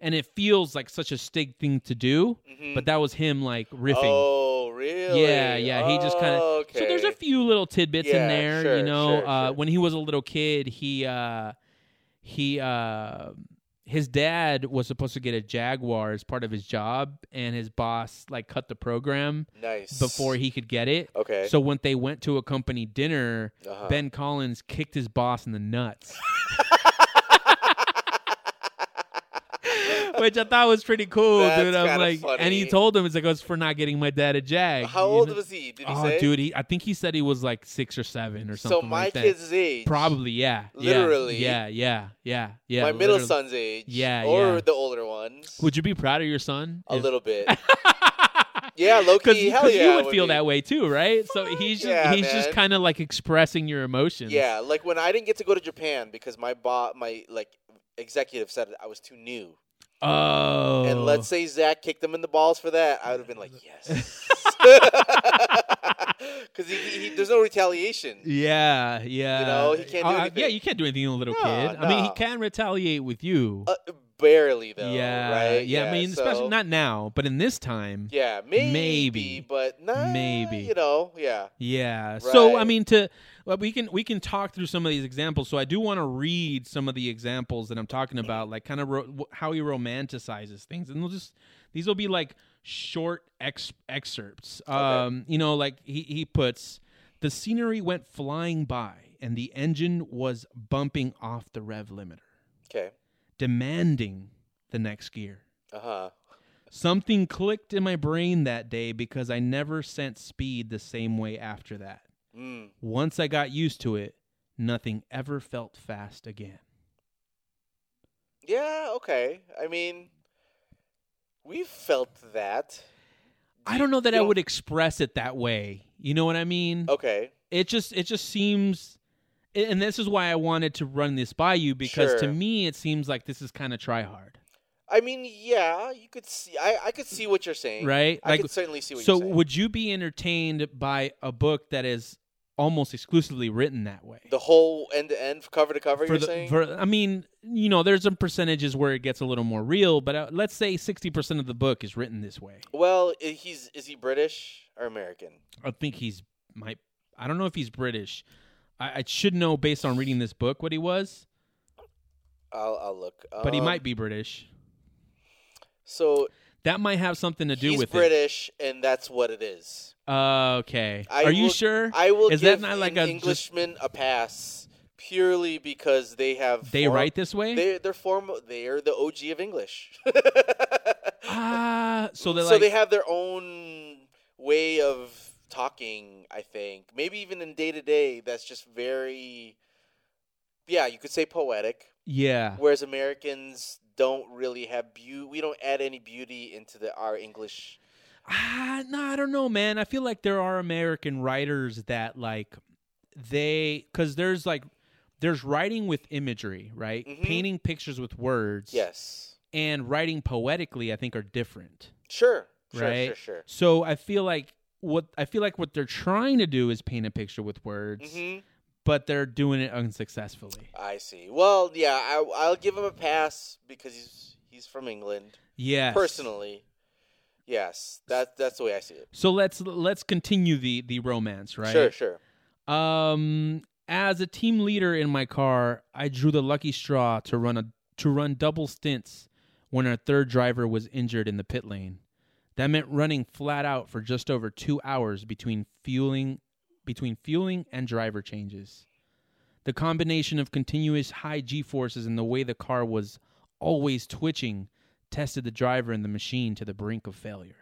S2: and it feels like such a Stig thing to do,
S3: Mhm.
S2: but that was him like riffing.
S3: Oh, really?
S2: Yeah, yeah, he just kinda-
S3: Oh, Okay.
S2: So there's a few little tidbits in
S3: Yeah,
S2: there, you
S3: sure,
S2: know.
S3: sure,
S2: uh,
S3: sure.
S2: When he was a little kid, he uh, he uh, his dad was supposed to get a Jaguar as part of his job, and his boss like cut the program
S3: nice
S2: before he could get it.
S3: Okay.
S2: So when they went to a company dinner,
S3: uh-huh.
S2: Ben Collins kicked his boss in the nuts, which I thought was pretty cool,
S3: That's
S2: dude. I'm
S3: kinda
S2: like, and he
S3: funny.
S2: told him it's like it was for not getting my dad a Jag.
S3: How
S2: you
S3: old
S2: know?
S3: was he? Did he
S2: oh,
S3: say?
S2: dude, he, I think he said he was like six or seven or something
S3: so my
S2: like that.
S3: kid's age,
S2: Probably, yeah. yeah,
S3: Literally.
S2: Yeah, yeah, yeah, yeah.
S3: my middle
S2: literally.
S3: son's age,
S2: Yeah,
S3: or
S2: yeah.
S3: the older ones.
S2: Would you be proud of your son?
S3: a
S2: if-
S3: little bit. Yeah, low key, hell yeah,
S2: you
S3: I
S2: would
S3: would
S2: feel
S3: be.
S2: that way too, right? So he's just,
S3: Yeah,
S2: he's just
S3: man.
S2: kind of like expressing your emotions.
S3: Yeah, like when I didn't get to go to Japan because my bo- my like executive said I was too new.
S2: Oh.
S3: And let's say Zach kicked him in the balls for that, I would have been like, yes. Because he, he, there's no retaliation.
S2: Yeah, yeah.
S3: know, he can't do
S2: Uh, Yeah,
S3: anything.
S2: you can't do anything to a little
S3: No,
S2: kid. I mean, he
S3: no.
S2: can retaliate with you.
S3: Uh, barely though.
S2: yeah,
S3: right?
S2: yeah, I mean,
S3: so-
S2: especially not now, but in this time,
S3: Yeah, maybe,
S2: Maybe.
S3: but nah,
S2: Maybe.
S3: you know, yeah,
S2: Yeah. So I
S3: Right.
S2: mean, to well, we can we can talk through some of these examples. So I do want to read some of the examples that I'm talking about, like kind of ro- wh- how he romanticizes things, and we'll just these will be like short ex- excerpts. Um, you know, like he he puts the scenery went flying by, and the engine was bumping off the rev limiter,
S3: okay,
S2: demanding the next gear.
S3: uh huh,
S2: Something clicked in my brain that day because I never sent speed the same way after that.
S3: mm,
S2: Once I got used to it, nothing ever felt fast again.
S3: yeah, okay. I mean, we felt that.
S2: I don't know that I
S3: Yo.
S2: would express it that way. You know what I mean?
S3: Okay,
S2: It just it just seems a- and this is why I wanted to run this by you because to
S3: Sure.
S2: me it seems like this is kind of try hard,
S3: I mean, yeah, you could see. I I could see what you're saying.
S2: right?
S3: I could certainly see what
S2: so
S3: you're saying.
S2: would you be entertained by a book that is almost exclusively written that way?
S3: the whole end to end, cover to cover.
S2: for
S3: you're
S2: the
S3: saying?
S2: for I mean, you know, there's some percentages where it gets a little more real, but uh, let's say 60% of the book is written this way.
S3: well, i- he's is he British or American?
S2: I think he's might. I don't know if he's British. I, I should know based on reading this book what he was,
S3: I'll I'll look.
S2: but he
S3: Um,
S2: might be British.
S3: So
S2: That might have something to do
S3: he's
S2: with
S3: British, and that's what it is.
S2: it. okay.
S3: I
S2: Are you
S3: will-
S2: sure?
S3: I will
S2: Is that
S3: give
S2: not like
S3: an
S2: a just-
S3: Englishman a pass purely because they have
S2: they
S3: form-
S2: write this way.
S3: They they're form they are the OG of English.
S2: ah, so they're
S3: so
S2: like
S3: they have their own way of talking. I think maybe even in day to day, that's just very, yeah, you could say poetic.
S2: yeah.
S3: Whereas Americans don't really have beauty. We don't add any beauty into the our English.
S2: Ah, no, I don't know, man. I feel like there are American writers that like they because there's like there's writing with imagery, right?
S3: Mhm.
S2: Painting pictures with words,
S3: Yes,
S2: and writing poetically. I think are different.
S3: sure, sure,
S2: Right.
S3: sure, sure.
S2: So I feel like what I feel like what they're trying to do is paint a picture with words,
S3: hmm
S2: but they're doing it unsuccessfully.
S3: I see. Well, yeah, I, I'll give him a pass because he's he's from England.
S2: Yes.
S3: Personally, yes, that that's the way I see it.
S2: So let's let's continue the the romance, right?
S3: Sure, sure.
S2: Um as a team leader in my car, I drew the lucky straw to run a to run double stints when our third driver was injured in the pit lane. That meant running flat out for just over 2 hours between fueling between fueling and driver changes. The combination of continuous high G forces and the way the car was always twitching tested the driver and the machine to the brink of failure.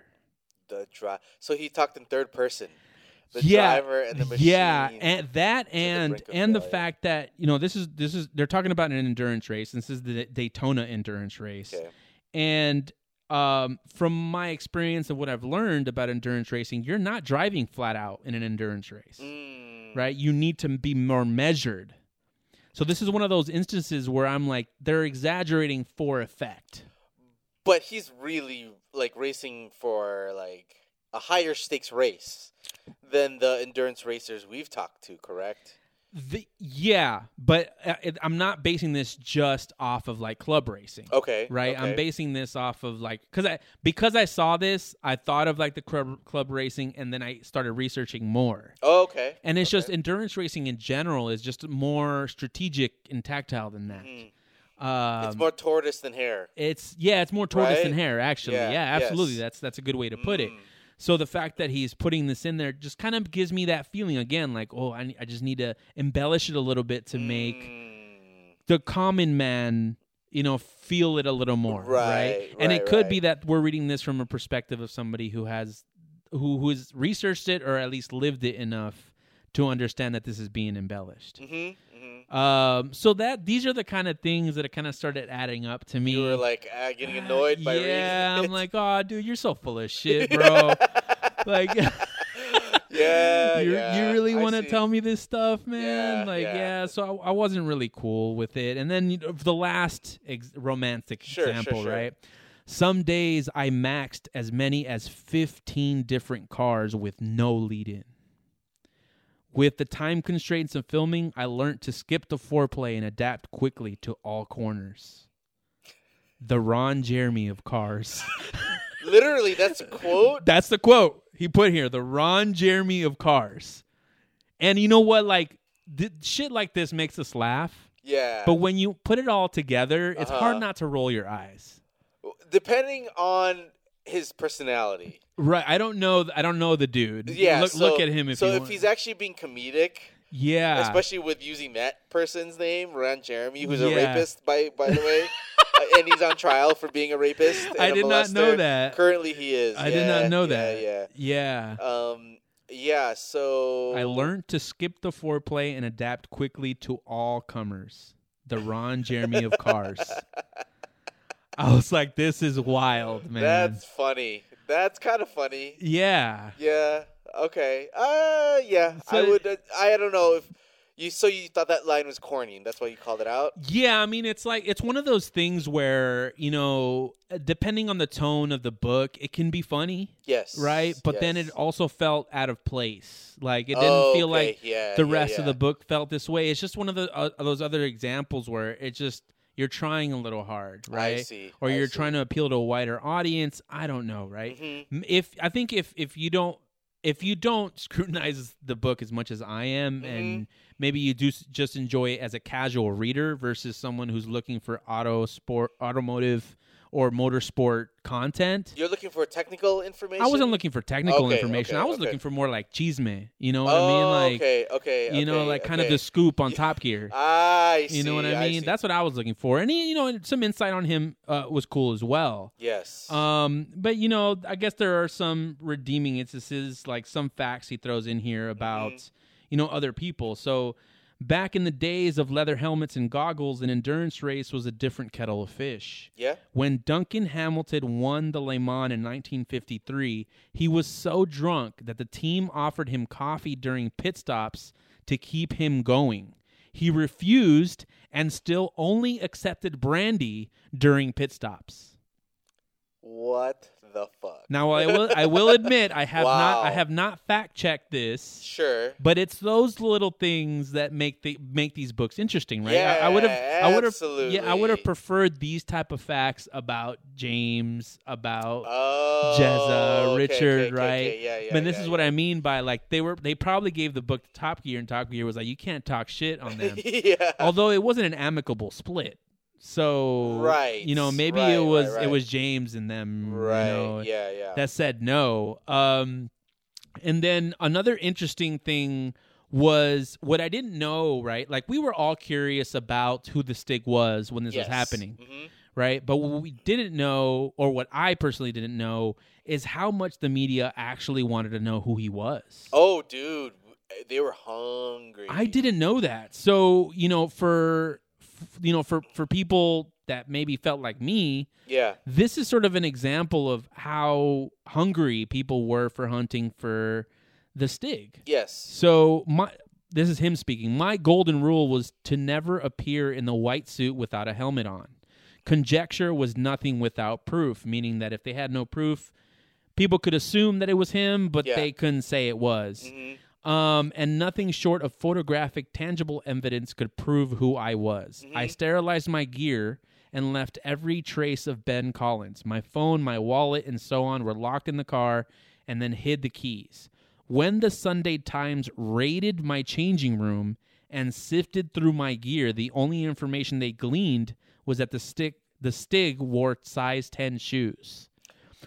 S3: The dri- So he talked in third person. The
S2: Yeah,
S3: driver and the machine.
S2: Yeah, and that
S3: the
S2: and
S3: brink of
S2: and the
S3: failure.
S2: fact that you know this is this is they're talking about an endurance race. This is the Daytona endurance race,
S3: Okay.
S2: and um, from my experience and what I've learned about endurance racing, you're not driving flat out in an endurance race,
S3: Mm,
S2: right? You need to be more measured. So this is one of those instances where I'm like, they're exaggerating for effect.
S3: But he's really like racing for like a higher stakes race than the endurance racers we've talked to. Correct.
S2: The, yeah, but uh, it, I'm not basing this just off of like club racing.
S3: Okay.
S2: right i'm
S3: okay.
S2: basing this off of like because i because i saw this i thought of like the club, club racing and then i started researching more
S3: Oh, okay.
S2: and it's just
S3: Okay.
S2: endurance racing in general is just more strategic and tactile than that
S3: Mm,
S2: um,
S3: it's more tortoise than hare.
S2: it's- yeah it's more tortoise than
S3: Right?
S2: hare actually yeah,
S3: Yeah,
S2: absolutely
S3: yes.
S2: that's that's a good way to put it
S3: Mm,
S2: so the fact that he's putting this in there just kind of gives me that feeling again like oh i, I just need to embellish it a little bit to make
S3: mm,
S2: the common man you know feel it a little more right,
S3: Right,
S2: and it
S3: right,
S2: could
S3: right.
S2: be that we're reading this from a perspective of somebody who has who who's researched it or at least lived it enough to understand that this is being embellished
S3: mhm, mhm.
S2: um so that these are the kind of things that kind of started adding up to me
S3: You were like ah, getting
S2: Ah,
S3: annoyed by
S2: yeah i'm
S3: reading.
S2: like oh dude you're so full of shit bro like
S3: yeah,
S2: you,
S3: yeah,
S2: you really
S3: I
S2: want to
S3: see.
S2: tell me this stuff, man?
S3: Yeah,
S2: like, yeah.
S3: yeah.
S2: so I, I wasn't really cool with it. And then you know, the last ex- romantic
S3: Sure, sure,
S2: example,
S3: sure.
S2: right? Some days I maxed as many as 15 different cars with no lead in. With the time constraints of filming, I learned to skip the foreplay and adapt quickly to all corners. the Ron Jeremy of cars.
S3: Literally, that's a quote.
S2: That's the quote he put here. The Ron Jeremy of cars. And you know what? Like th- shit like this makes us laugh.
S3: Yeah.
S2: But when you put it all together, it's
S3: Uh-huh.
S2: hard not to roll your eyes.
S3: Depending on his personality.
S2: Right. I don't know. th- I don't know the dude.
S3: Yeah.
S2: Look,
S3: so,
S2: look at him if
S3: so
S2: you
S3: if
S2: want. Ah.
S3: he's actually being comedic,
S2: yeah.
S3: especially with using that person's name, Ron Jeremy, who's a
S2: Yeah.
S3: rapist by by the way, uh, and he's on trial for being a rapist. and
S2: I
S3: a
S2: did not know
S3: molester.
S2: that.
S3: Currently, he is.
S2: I did not
S3: Yeah,
S2: know
S3: yeah,
S2: that.
S3: Yeah.
S2: Yeah.
S3: Um. Yeah. So
S2: I learned to skip the foreplay and adapt quickly to all comers. The Ron Jeremy of cars. I was like, this is wild, man.
S3: That's funny. That's kind of funny.
S2: yeah.
S3: Yeah. Okay. Uh. Yeah. I
S2: So-
S3: would. Uh, I don't know if you. So you thought that line was corny. and That's why you called it out.
S2: Yeah, I mean, it's like, it's one of those things where, you know, depending on the tone of the book, it can be funny,
S3: Yes.
S2: right? But then it
S3: yes.
S2: also felt out of place. Like, it didn't
S3: Oh,
S2: feel
S3: okay,
S2: like
S3: yeah,
S2: the
S3: yeah,
S2: rest of
S3: yeah.
S2: the book felt this way. It's just one of the uh, those other examples where it just you're trying a little hard, right?
S3: see,
S2: Or
S3: I
S2: you're
S3: see.
S2: trying to appeal to a wider audience. I don't know, right?
S3: Mhm.
S2: M- If I think if if you don't if you don't scrutinize the book as much as I am,
S3: Mm-hmm.
S2: and maybe you do s- just enjoy it as a casual reader versus someone who's looking for auto sport, automotive, or motorsport content.
S3: You're looking for technical information.
S2: I wasn't looking for technical
S3: Okay,
S2: information.
S3: okay,
S2: I was
S3: okay.
S2: looking for more like chisme. You know what
S3: Oh,
S2: I mean? Like
S3: okay. Okay.
S2: you know,
S3: okay,
S2: like kind of
S3: okay.
S2: the scoop on Top Gear.
S3: I see.
S2: You know what I mean?
S3: see.
S2: That's what I was looking for, and he, you know, and some insight on him uh, was cool as well.
S3: yes.
S2: Um, but you know, I guess there are some redeeming instances, like some facts he throws in here about, you know, other people. So back in the days of leather helmets and goggles, an endurance race was a different kettle of fish.
S3: yeah.
S2: When Duncan Hamilton won the Le Mans in 1953, he was so drunk that the team offered him coffee during pit stops to keep him going. He refused and still only accepted brandy during pit stops.
S3: What the fuck?
S2: Now I will I will admit I have not I
S3: Wow.
S2: have not fact checked this.
S3: Sure.
S2: But it's those little things that make the make these books interesting, right? I- I would
S3: Yeah,
S2: have, I would have, yeah, I
S3: absolutely.
S2: would have preferred these type of facts about James, about
S3: Oh.
S2: Jezza,
S3: okay,
S2: Richard,
S3: okay, okay,
S2: right?
S3: okay, Yeah. Yeah.
S2: but this
S3: yeah,
S2: is
S3: yeah.
S2: what I mean by like they were they probably gave the book to Top Gear and Top Gear was like you can't talk shit on them.
S3: yeah.
S2: Although it wasn't an amicable split. So
S3: Right,
S2: you know, maybe
S3: right,
S2: it
S3: right,
S2: was
S3: right.
S2: it was James and them
S3: Right.
S2: you know,
S3: yeah. Yeah.
S2: that said no. Um and then another interesting thing was what I didn't know, right? Like we were all curious about who the stick was when this
S3: yes.
S2: was happening
S3: Mhm.
S2: right? But what we didn't know, or what I personally didn't know, is how much the media actually wanted to know who he was.
S3: Oh, dude, they were hungry.
S2: I didn't know that. So you know, for f- you know, for for people that maybe felt like me,
S3: Yeah.
S2: this is sort of an example of how hungry people were for hunting for the Stig.
S3: Yes.
S2: So my. This is him speaking. My golden rule was to never appear in the white suit without a helmet on. Conjecture was nothing without proof, meaning that if they had no proof, people could assume that it was him, but
S3: Yeah.
S2: they couldn't say it was.
S3: hmm
S2: Um, and nothing short of photographic, tangible evidence could prove who I was. I sterilized my gear and left every trace of Ben Collins. My phone, my wallet, and so on were locked in the car and then hid the keys. When the Sunday Times raided my changing room and sifted through my gear, the only information they gleaned was that the stick the Stig wore size 10 shoes.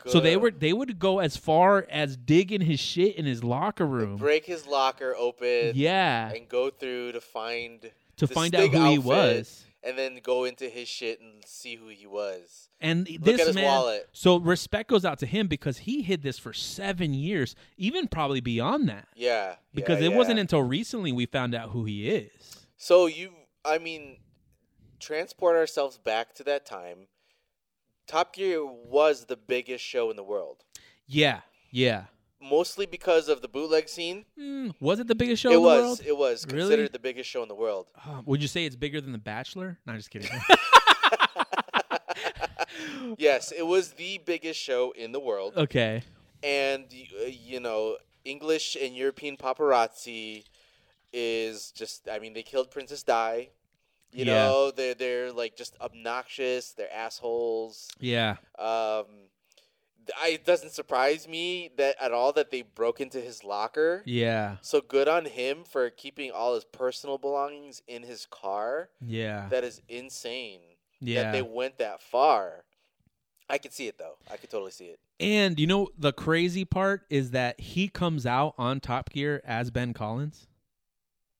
S2: So they were they would go as far as digging his shit in his locker room.
S3: break his locker open.
S2: Yeah,
S3: And go through to find
S2: to
S3: the
S2: find out
S3: Stig
S2: who he
S3: outfit,
S2: was.
S3: and then go into his shit and see who he was.
S2: And
S3: Look
S2: this
S3: at his
S2: man,
S3: wallet.
S2: so respect goes out to him because he hid this for seven years, even probably beyond that,
S3: Yeah.
S2: because
S3: yeah,
S2: it
S3: yeah.
S2: wasn't until recently we found out who he is.
S3: So you, I mean, transport ourselves back to that time. Top Gear was the biggest show in the world,
S2: Yeah, yeah.
S3: mostly because of the bootleg scene.
S2: Mm, was it the biggest show
S3: it
S2: in the
S3: was,
S2: world?
S3: it was
S2: Really?
S3: considered the biggest show in the world.
S2: Uh, would you say it's bigger than The Bachelor? No, just kidding.
S3: Yes, it was the biggest show in the world,
S2: okay.
S3: and y- uh, you know, English and European paparazzi is just. I mean, they killed Princess Di. You
S2: Yeah.
S3: know, they're they're like just obnoxious. They're assholes.
S2: Yeah.
S3: Um, th- I, it doesn't surprise me that at all that they broke into his locker.
S2: Yeah.
S3: So good on him for keeping all his personal belongings in his car.
S2: Yeah.
S3: That is insane. That they
S2: Yeah.
S3: went that far. I could see it though. I could totally see it.
S2: And you know the crazy part is that he comes out on Top Gear as Ben Collins.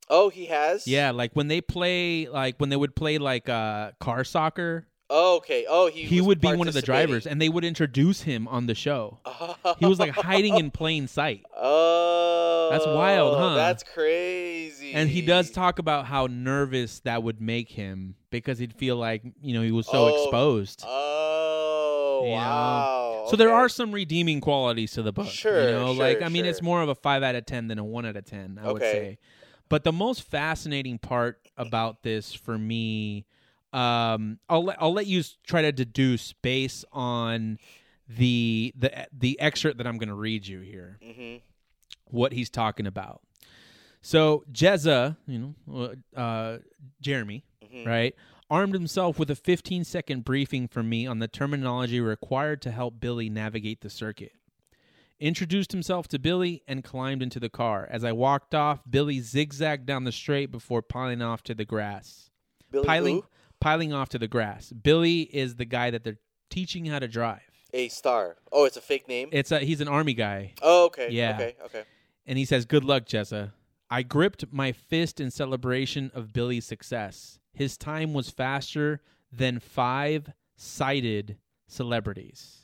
S3: Oh, he has.
S2: Yeah, like when they play like when they would play like uh car soccer,
S3: Oh, okay. Oh, he.
S2: he,
S3: was
S2: would be one of the drivers
S3: participating.
S2: and they would introduce him on the show.
S3: Oh.
S2: He was like hiding in plain sight.
S3: Oh,
S2: wild, huh?
S3: That's crazy.
S2: And he does talk about how nervous that would make him because he'd feel like, you know, he was so
S3: Oh,
S2: exposed.
S3: Oh,
S2: You know?
S3: wow.
S2: So there
S3: okay.
S2: are some redeeming qualities to the book.
S3: Sure,
S2: You know,
S3: sure,
S2: like I mean
S3: sure.
S2: it's more of a five out of ten than a one out of ten, I would
S3: Okay.
S2: say. But the most fascinating part about this for me, um, I'll let I'll let you s- try to deduce based on the the the excerpt that I'm gonna read you here
S3: Mhm.
S2: what he's talking about. So Jezza, you know, uh, Jeremy,
S3: Mhm.
S2: right, armed himself with a 15 second briefing from me on the terminology required to help Billy navigate the circuit. Introduced himself to Billy and climbed into the car. As I walked off, Billy zigzagged down the straight before piling off to the grass.
S3: Billy
S2: piling,
S3: who?
S2: piling off to the grass. Billy is the guy that they're teaching how to drive.
S3: A star. Oh, it's a fake name.
S2: It's a he's an army guy.
S3: oh, okay.
S2: Yeah.
S3: Okay. Okay.
S2: and he says, Good luck, Jessa. I gripped my fist in celebration of Billy's success. His time was faster than five sighted celebrities.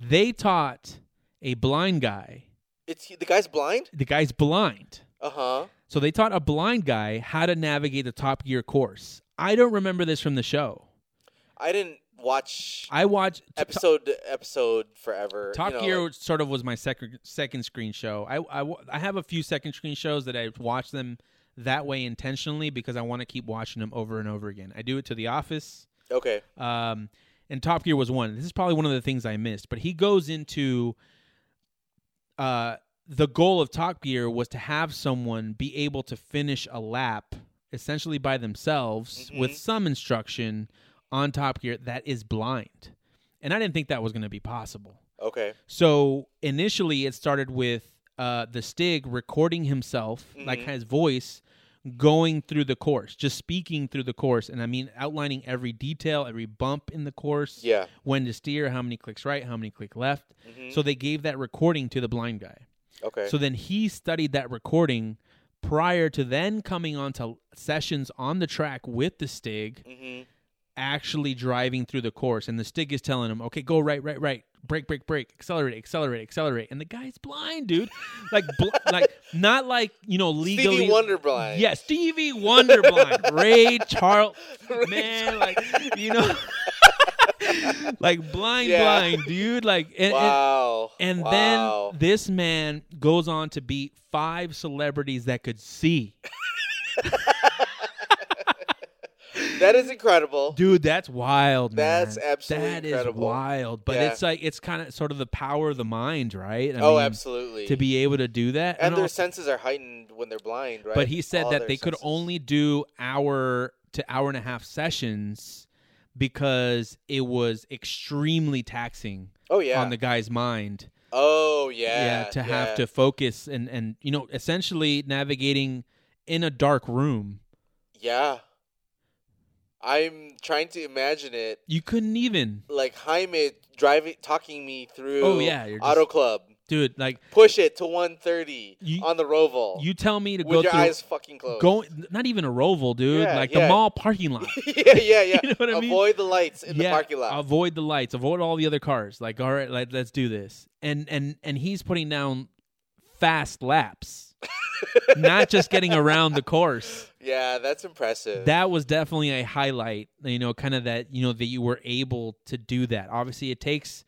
S2: They taught a blind guy,
S3: It's the guy's blind.
S2: the guy's blind.
S3: Uh huh.
S2: So they taught a blind guy how to navigate the Top Gear course. I don't remember this from the show.
S3: I didn't watch
S2: I watched
S3: episode to episode forever.
S2: Top
S3: you know,
S2: Gear
S3: like-
S2: sort of was my second second screen show. I, I wa- I have a few second screen shows that I watch them that way intentionally because I want to keep watching them over and over again. I do it to The Office,
S3: okay.
S2: um, and Top Gear was one. This is probably one of the things I missed. But he goes into uh, the goal of Top Gear was to have someone be able to finish a lap essentially by themselves
S3: Mhm.
S2: with some instruction on Top Gear that is blind, and I didn't think that was going to be possible.
S3: Okay.
S2: So initially, it started with uh, the Stig recording himself, like
S3: Mhm.
S2: his voice, going through the course, just speaking through the course, and I mean outlining every detail, every bump in the course,
S3: Yeah.
S2: when to steer, how many clicks right, how many click left.
S3: hmm
S2: So they gave that recording to the blind guy.
S3: okay.
S2: So then he studied that recording prior to then coming on to sessions on the track with the Stig
S3: hmm
S2: actually driving through the course and the stick is telling him okay go right right right break break break accelerate accelerate accelerate and the guy's blind dude like bl- like not like you know legally
S3: Stevie Wonder blind.
S2: yeah stevie wonder blind ray charles man like you know like blind
S3: Yeah.
S2: blind dude like and, and-
S3: Wow.
S2: and,
S3: Wow.
S2: then this man goes on to beat five celebrities that could see
S3: that is incredible.
S2: Dude, that's wild, man.
S3: That's absolutely
S2: That is
S3: incredible.
S2: wild. But
S3: Yeah.
S2: it's like it's kind of sort of the power of the mind, right? I
S3: oh,
S2: mean,
S3: absolutely.
S2: To be able to do that,
S3: and their
S2: also-
S3: senses are heightened when they're blind, right?
S2: but he said
S3: All
S2: that
S3: their
S2: they could
S3: senses.
S2: only do hour to hour and a half sessions because it was extremely taxing
S3: Oh yeah.
S2: on the guy's mind.
S3: oh yeah.
S2: to have
S3: yeah.
S2: to focus and and you know essentially navigating in a dark room.
S3: Yeah. I'm trying to imagine it
S2: You couldn't even,
S3: like Jaime driving, talking me through.
S2: Oh, yeah, you're just-
S3: Auto Club.
S2: dude. Like
S3: Push it to 130
S2: You-
S3: on the Roval
S2: you tell me to
S3: with
S2: go
S3: your
S2: through
S3: eyes fucking closed.
S2: going not even a roval dude
S3: Yeah,
S2: like the
S3: yeah.
S2: mall parking lot
S3: yeah, yeah, yeah.
S2: You know what I mean?
S3: Avoid the lights in the parking lot.
S2: avoid the lights avoid all the other cars like all right like, let's do this and and and he's putting down fast laps not just getting around the course
S3: yeah, that's impressive.
S2: that was definitely a highlight you know kind of that you know that you were able to do that obviously it takes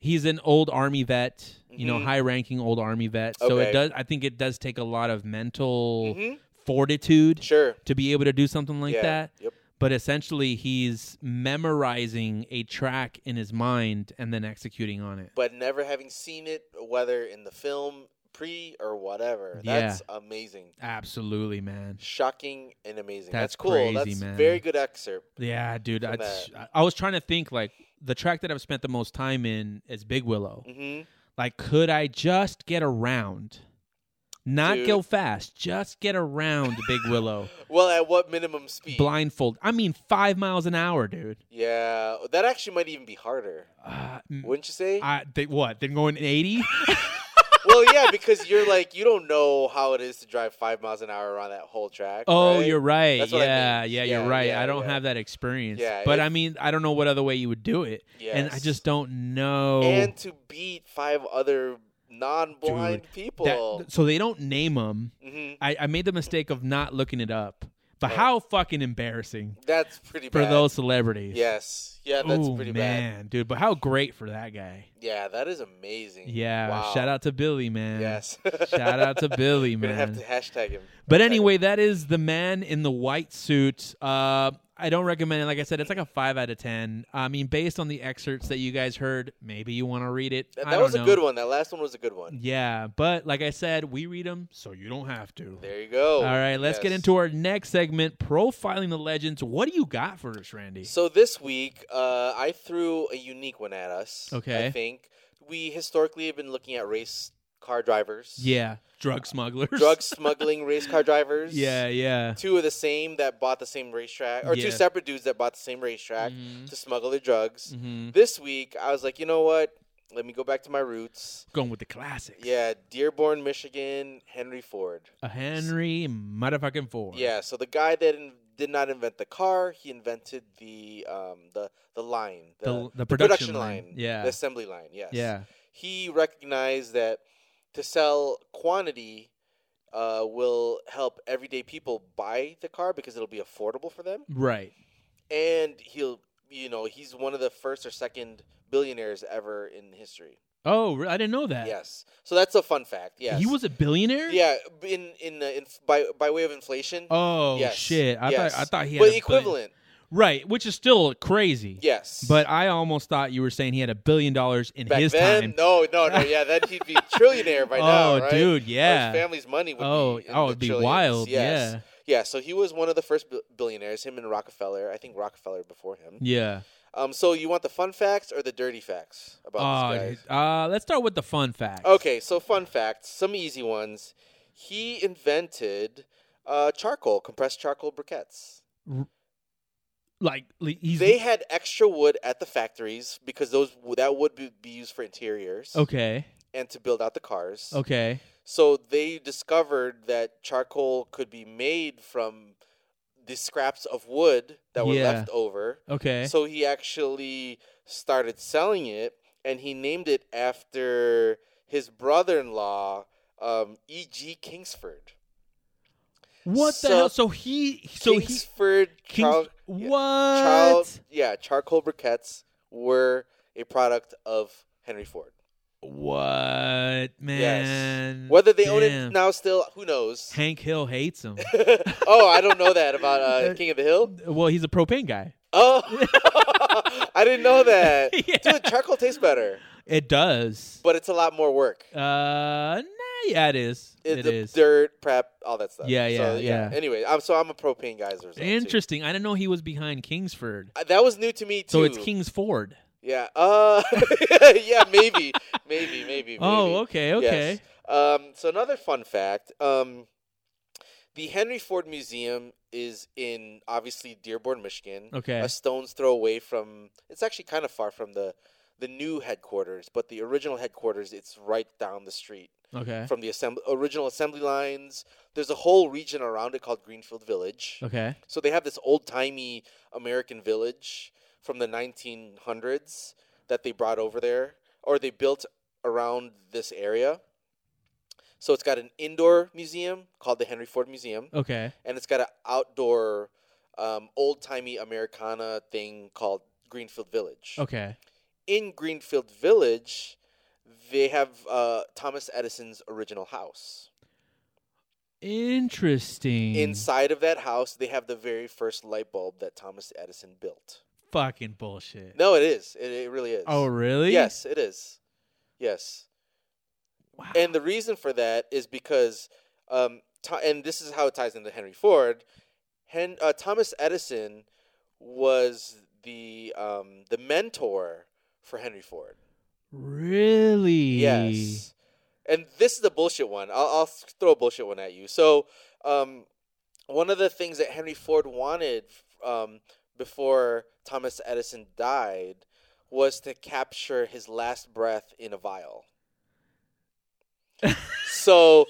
S2: he's an old army vet you know
S3: Mhm.
S2: high ranking old army vet so it
S3: Okay.
S2: does i think it does take a lot of mental
S3: Mhm.
S2: fortitude
S3: Sure.
S2: to be able to do something like
S3: yeah.
S2: that
S3: Yep.
S2: but essentially he's memorizing a track in his mind and then executing on it.
S3: But never having seen it, whether in the film, pre or whatever. That's amazing.
S2: Absolutely, man.
S3: Shocking and amazing. That's,
S2: That's
S3: cool.
S2: crazy,
S3: That's
S2: man.
S3: very good excerpt.
S2: Yeah, dude. I,
S3: From
S2: I I was trying to think like the track that I've spent the most time in is Big Willow.
S3: hmm
S2: Like, could I just get around? Not
S3: Dude.
S2: go fast, just get around Big Willow.
S3: Well, at what minimum speed?
S2: Blindfold. I mean, five miles an hour, dude.
S3: Yeah, that actually might even be harder,
S2: Uh, m-
S3: wouldn't you say?
S2: I, they, what? They're going 80?
S3: well, yeah, because you're like you don't know how it is to drive five miles an hour around that whole track.
S2: Oh,
S3: right?
S2: you're right.
S3: That's what I
S2: yeah,
S3: mean.
S2: yeah,
S3: Yeah,
S2: you're right.
S3: yeah,
S2: I don't
S3: yeah.
S2: have that experience.
S3: Yeah,
S2: but
S3: it-
S2: I mean, I don't know what other way you would do it. And I
S3: Yes.
S2: just don't know.
S3: and to beat five other non-blind
S2: that-
S3: people.
S2: so they don't name them.
S3: hmm
S2: I, I made the mistake of not looking it up. But
S3: Oh.
S2: how fucking embarrassing
S3: That's pretty
S2: for
S3: bad.
S2: those celebrities.
S3: Yes. Yeah, that's
S2: Ooh,
S3: pretty bad.
S2: man, dude. But how great for that guy.
S3: Yeah, that is amazing.
S2: Yeah.
S3: Wow.
S2: Shout out to Billy, man.
S3: Yes.
S2: Shout out to Billy,
S3: We're
S2: man.
S3: gonna have to hashtag him.
S2: But anyway, that is the man in the white suit. Uh, I don't recommend it. Like I said, it's like a five out of ten. I mean, based on the excerpts that you guys heard, maybe you want to read it.
S3: That,
S2: I
S3: that
S2: don't
S3: was
S2: know.
S3: a good one. That last one was a good one.
S2: Yeah, but like I said, we read them, so you don't have to.
S3: There you go.
S2: All right, let's get
S3: Yes.
S2: into our next segment, profiling the legends. What do you got for us, Randy?
S3: So this week, uh, I threw a unique one at us.
S2: Okay.
S3: I think we historically have been looking at race car drivers.
S2: yeah, drug smugglers.
S3: Drug smuggling race car drivers.
S2: Yeah, yeah.
S3: Two of the same that bought the same racetrack, or
S2: Yeah.
S3: two separate dudes that bought the same racetrack
S2: Mhm,
S3: to smuggle their drugs.
S2: mhm.
S3: This week, I was like, you know what? Let me go back to my roots.
S2: Going with the classics.
S3: Yeah, Dearborn, Michigan, Henry Ford.
S2: A Henry motherfucking Ford.
S3: Yeah, so the guy that in, did not invent the car, he invented the um the the line, the,
S2: The, the,
S3: production,
S2: production,
S3: line,
S2: Yeah.
S3: the assembly line. Yes.
S2: yeah.
S3: He recognized that to sell quantity uh, will help everyday people buy the car because it'll be affordable for them,
S2: Right.
S3: and he'll you know he's one of the first or second billionaires ever in history.
S2: Oh, re- I didn't know that.
S3: Yes. So that's a fun fact. Yes.
S2: He was a billionaire.
S3: Yeah, in in, uh, in by by way of inflation.
S2: Oh
S3: Yes.
S2: shit! I
S3: Yes.
S2: thought I thought he had
S3: but
S2: a billion-
S3: equivalent.
S2: right? Which is still crazy.
S3: Yes.
S2: But I almost thought you were saying he had a billion dollars in
S3: back
S2: his
S3: then,
S2: time.
S3: no, no, no. Yeah, then he'd be trillionaire by now.
S2: oh,
S3: right? Or
S2: dude,
S3: His
S2: yeah.
S3: family's money would
S2: Oh,
S3: be. in
S2: oh,
S3: the
S2: it'd be
S3: trillions.
S2: wild.
S3: Yes. Yeah. So he was one of the first bi- billionaires. Him and Rockefeller. I think Rockefeller before him.
S2: Yeah.
S3: Um. So you want the fun facts or the dirty facts about
S2: Yeah.
S3: this guy?
S2: Oh, uh, let's start with the fun fact.
S3: Okay. So fun facts. Some easy ones. He invented uh, charcoal, compressed charcoal briquettes.
S2: Like li- he's
S3: They had extra wood at the factories because those that wood would be used for interiors
S2: okay.
S3: and to build out the cars.
S2: Okay.
S3: So they discovered that charcoal could be made from the scraps of wood that were
S2: Yeah.
S3: left over.
S2: Okay.
S3: So he actually started selling it, and he named it after his brother-in-law, um, E.G. Kingsford.
S2: what
S3: so-
S2: the hell? So he. So he.
S3: Kingsford
S2: Kings,
S3: Charles, yeah,
S2: what?
S3: Charles, yeah, charcoal briquettes were a product of Henry Ford.
S2: What man?
S3: Whether they own it
S2: Damn.
S3: now, still, who knows?
S2: Hank Hill hates him.
S3: oh, I don't know that about uh, King of the Hill.
S2: well, he's a propane guy.
S3: Oh, I didn't know that.
S2: Yeah.
S3: Dude, charcoal tastes better,
S2: It does.
S3: but it's a lot more work.
S2: Uh, nah, yeah, it is.
S3: It-
S2: It
S3: the
S2: is.
S3: dirt prep, all that stuff.
S2: Yeah, yeah,
S3: So,
S2: yeah.
S3: Anyway, I'm so I'm a propane guy. As a result, too.
S2: Interesting. I didn't know he was behind Kingsford.
S3: Uh, That was new to me too.
S2: So it's Kingsford.
S3: Yeah. Uh, yeah. Maybe. maybe. Maybe. Maybe.
S2: Oh, okay, okay.
S3: Yes. Um, so another fun fact. Um, the Henry Ford Museum is in obviously Dearborn, Michigan.
S2: Okay.
S3: A stone's throw away from. It's actually kind of far from the the new headquarters, but the original headquarters it's right down the street
S2: Okay.
S3: from the assemb- original assembly lines. There's a whole region around it called Greenfield Village.
S2: Okay.
S3: So they have this old timey American village from the 1900s that they brought over there, or they built around this area. So it's got an indoor museum called the Henry Ford Museum,
S2: Okay.
S3: and it's got an outdoor um, old timey Americana thing called Greenfield Village.
S2: Okay.
S3: In Greenfield Village, they have uh, Thomas Edison's original house.
S2: Interesting.
S3: Inside of that house, they have the very first light bulb that Thomas Edison built.
S2: Fucking bullshit.
S3: No, it is. It, it really is.
S2: Oh, really?
S3: Yes, it is. Yes.
S2: Wow.
S3: And the reason for that is because, um, to- and this is how it ties into Henry Ford. Hen- uh, Thomas Edison was the um, the mentor for Henry Ford.
S2: really?
S3: Yes. And this is the bullshit one. I'll, I'll throw a bullshit one at you. So, um, one of the things that Henry Ford wanted um, before Thomas Edison died was to capture his last breath in a vial. so,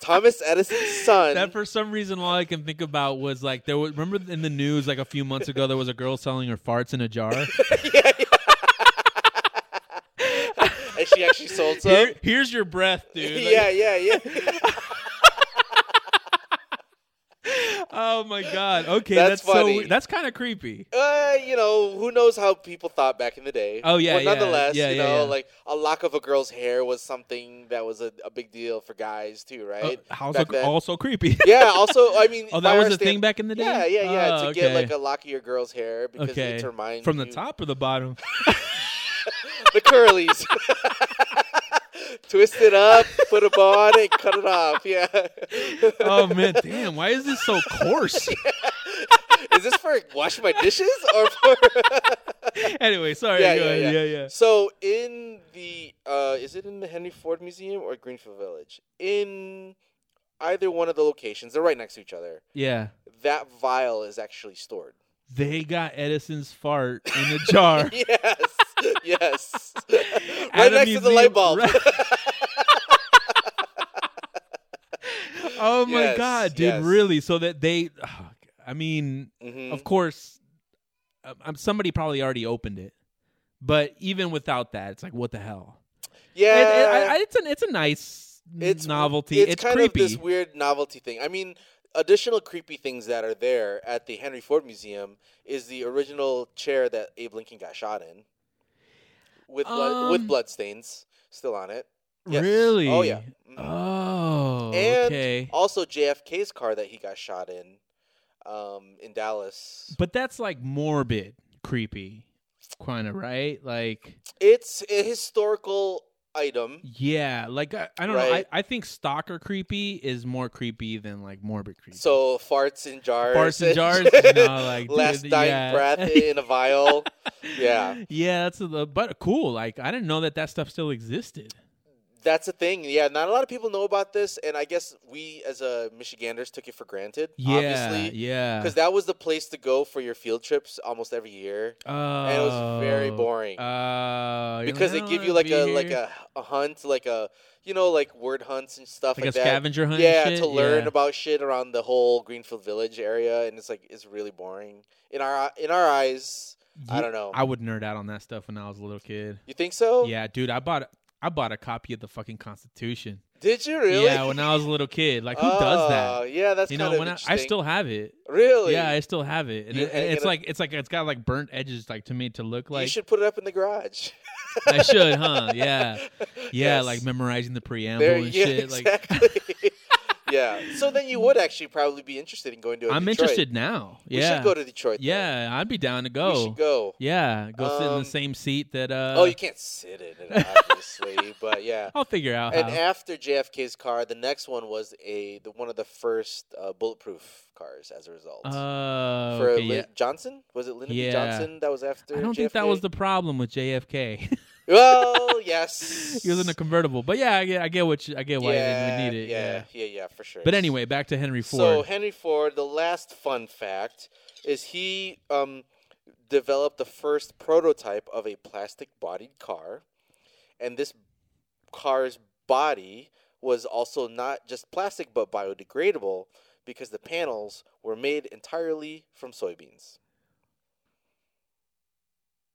S3: Thomas Edison's son.
S2: That for some reason, all I can think about was like there was. Remember in the news like a few months ago, there was a girl selling her farts in a jar.
S3: Yeah, yeah. and she actually sold some.
S2: Here- here's your breath, dude. Like,
S3: yeah, yeah, yeah.
S2: Oh my god. Okay, that's,
S3: That's
S2: so.
S3: funny.
S2: weird. That's kind of creepy.
S3: uh, you know, who knows how people thought back in the day.
S2: Oh, yeah,
S3: But
S2: yeah,
S3: nonetheless,
S2: yeah,
S3: you
S2: yeah,
S3: know,
S2: yeah.
S3: like a lock of a girl's hair was something that was a, a big deal for guys too, right?
S2: Uh, how's
S3: Back
S2: it
S3: then.
S2: also creepy?
S3: yeah. Also, I mean,
S2: oh,
S3: by
S2: that
S3: our
S2: was a
S3: stand-
S2: thing back in the day.
S3: Yeah, yeah, yeah.
S2: Oh,
S3: to
S2: okay.
S3: get like a lock of your girl's hair because
S2: Okay.
S3: it reminds
S2: from the
S3: you-
S2: top or the bottom.
S3: the curlies. Twist it up, put a bow on it, cut it off. Yeah.
S2: oh man, damn! Why is this so coarse?
S3: Is this for wash my dishes or for?
S2: anyway, sorry.
S3: Yeah,
S2: go
S3: yeah,
S2: ahead. yeah,
S3: So in the uh, is it in the Henry Ford Museum or Greenfield Village? In either one of the locations, they're right next to each other.
S2: Yeah.
S3: That vial is actually stored.
S2: They got Edison's fart in a jar.
S3: Yes, yes.
S2: At
S3: right
S2: a
S3: next to the
S2: museum,
S3: light bulb.
S2: right. oh my
S3: Yes,
S2: god, dude!
S3: yes.
S2: Really? So that they, ugh, I mean,
S3: Mhm.
S2: of course, um, um, somebody probably already opened it, but even without that, it's like, what the hell?
S3: Yeah,
S2: And- and I- I- it's a it's a nice
S3: it's
S2: novelty.
S3: It's,
S2: It's,
S3: kind
S2: creepy.
S3: of this weird novelty thing. I mean, additional creepy things that are there at the Henry Ford Museum is the original chair that Abe Lincoln got shot in, with blood,
S2: Um,
S3: with blood stains still on it. Yes.
S2: Really?
S3: Oh yeah. Mhm.
S2: Oh.
S3: And
S2: okay.
S3: Also, JFK's car that he got shot in, um, in Dallas.
S2: But that's like morbid, creepy, kind of right? Like,
S3: It's a historical item.
S2: yeah, like I, I don't know. I,
S3: Right.
S2: I think stalker creepy is more creepy than like morbid creepy.
S3: So farts in jars.
S2: Farts in jars? No, like,
S3: last
S2: dude,
S3: dying
S2: yeah.
S3: breath in a vial. yeah.
S2: yeah, that's a, but cool. Like I didn't know that that stuff still existed.
S3: That's the thing. Yeah, not a lot of people know about this, and I guess we as a Michiganders took it for granted.
S2: Yeah,
S3: obviously,
S2: yeah.
S3: because that was the place to go for your field trips almost every year, and it was very
S2: Oh.
S3: boring
S2: Oh, you're
S3: because
S2: like,
S3: they
S2: "I don't
S3: give you
S2: wanna
S3: like
S2: be
S3: a
S2: here."
S3: like a, a hunt, like a you know like word hunts and stuff
S2: like
S3: like,
S2: a
S3: that.
S2: scavenger hunt. and
S3: yeah,
S2: shit?
S3: to learn
S2: Yeah.
S3: about shit around the whole Greenfield Village area, and it's like it's really boring in our in our eyes. I
S2: Ye-
S3: don't know. Oh.
S2: I would nerd out on that stuff when I was a little kid.
S3: You think so?
S2: Yeah, dude, I bought I bought a copy of the fucking Constitution.
S3: Did you really?
S2: Yeah, when I was a little kid. Like who does
S3: Oh,
S2: that?
S3: Yeah, that's
S2: you
S3: kind
S2: know,
S3: of
S2: when I, I
S3: interesting.
S2: still have it.
S3: really.
S2: Yeah, I still have it, and
S3: You
S2: it-
S3: hang
S2: it's
S3: it up-
S2: like it's like it's got like burnt edges, like to me to look like
S3: you should put it up in the garage.
S2: I should, huh? Yeah, yeah,
S3: Yes.
S2: like memorizing the preamble
S3: there,
S2: and
S3: yeah,
S2: shit. Like
S3: exactly. yeah. So then you would actually probably be interested in going to. A
S2: I'm
S3: Detroit.
S2: interested now.
S3: We
S2: Yeah,
S3: should go to Detroit. though.
S2: yeah, I'd be down to go.
S3: We should go.
S2: Yeah, go sit in the
S3: Um,
S2: same seat that. Uh,
S3: oh, you can't sit in it, obviously, but yeah.
S2: I'll figure out
S3: And
S2: how.
S3: after JFK's car, the next one was a the, one of the first uh, bulletproof cars. As a result,
S2: Oh,
S3: for
S2: okay,
S3: Lin-
S2: yeah.
S3: Johnson, was it Lyndon B.
S2: Yeah.
S3: Johnson that was after?
S2: I don't think that
S3: JFK?
S2: was the problem with JFK.
S3: Well, yes.
S2: he was in a convertible, but yeah, I get, I get what you, I get why
S3: yeah,
S2: we need it. Yeah.
S3: yeah, yeah, yeah, for sure.
S2: But anyway, back to Henry Ford.
S3: So Henry Ford, the last fun fact is he um, developed the first prototype of a plastic-bodied car, and this car's body was also not just plastic but biodegradable because the panels were made entirely from soybeans.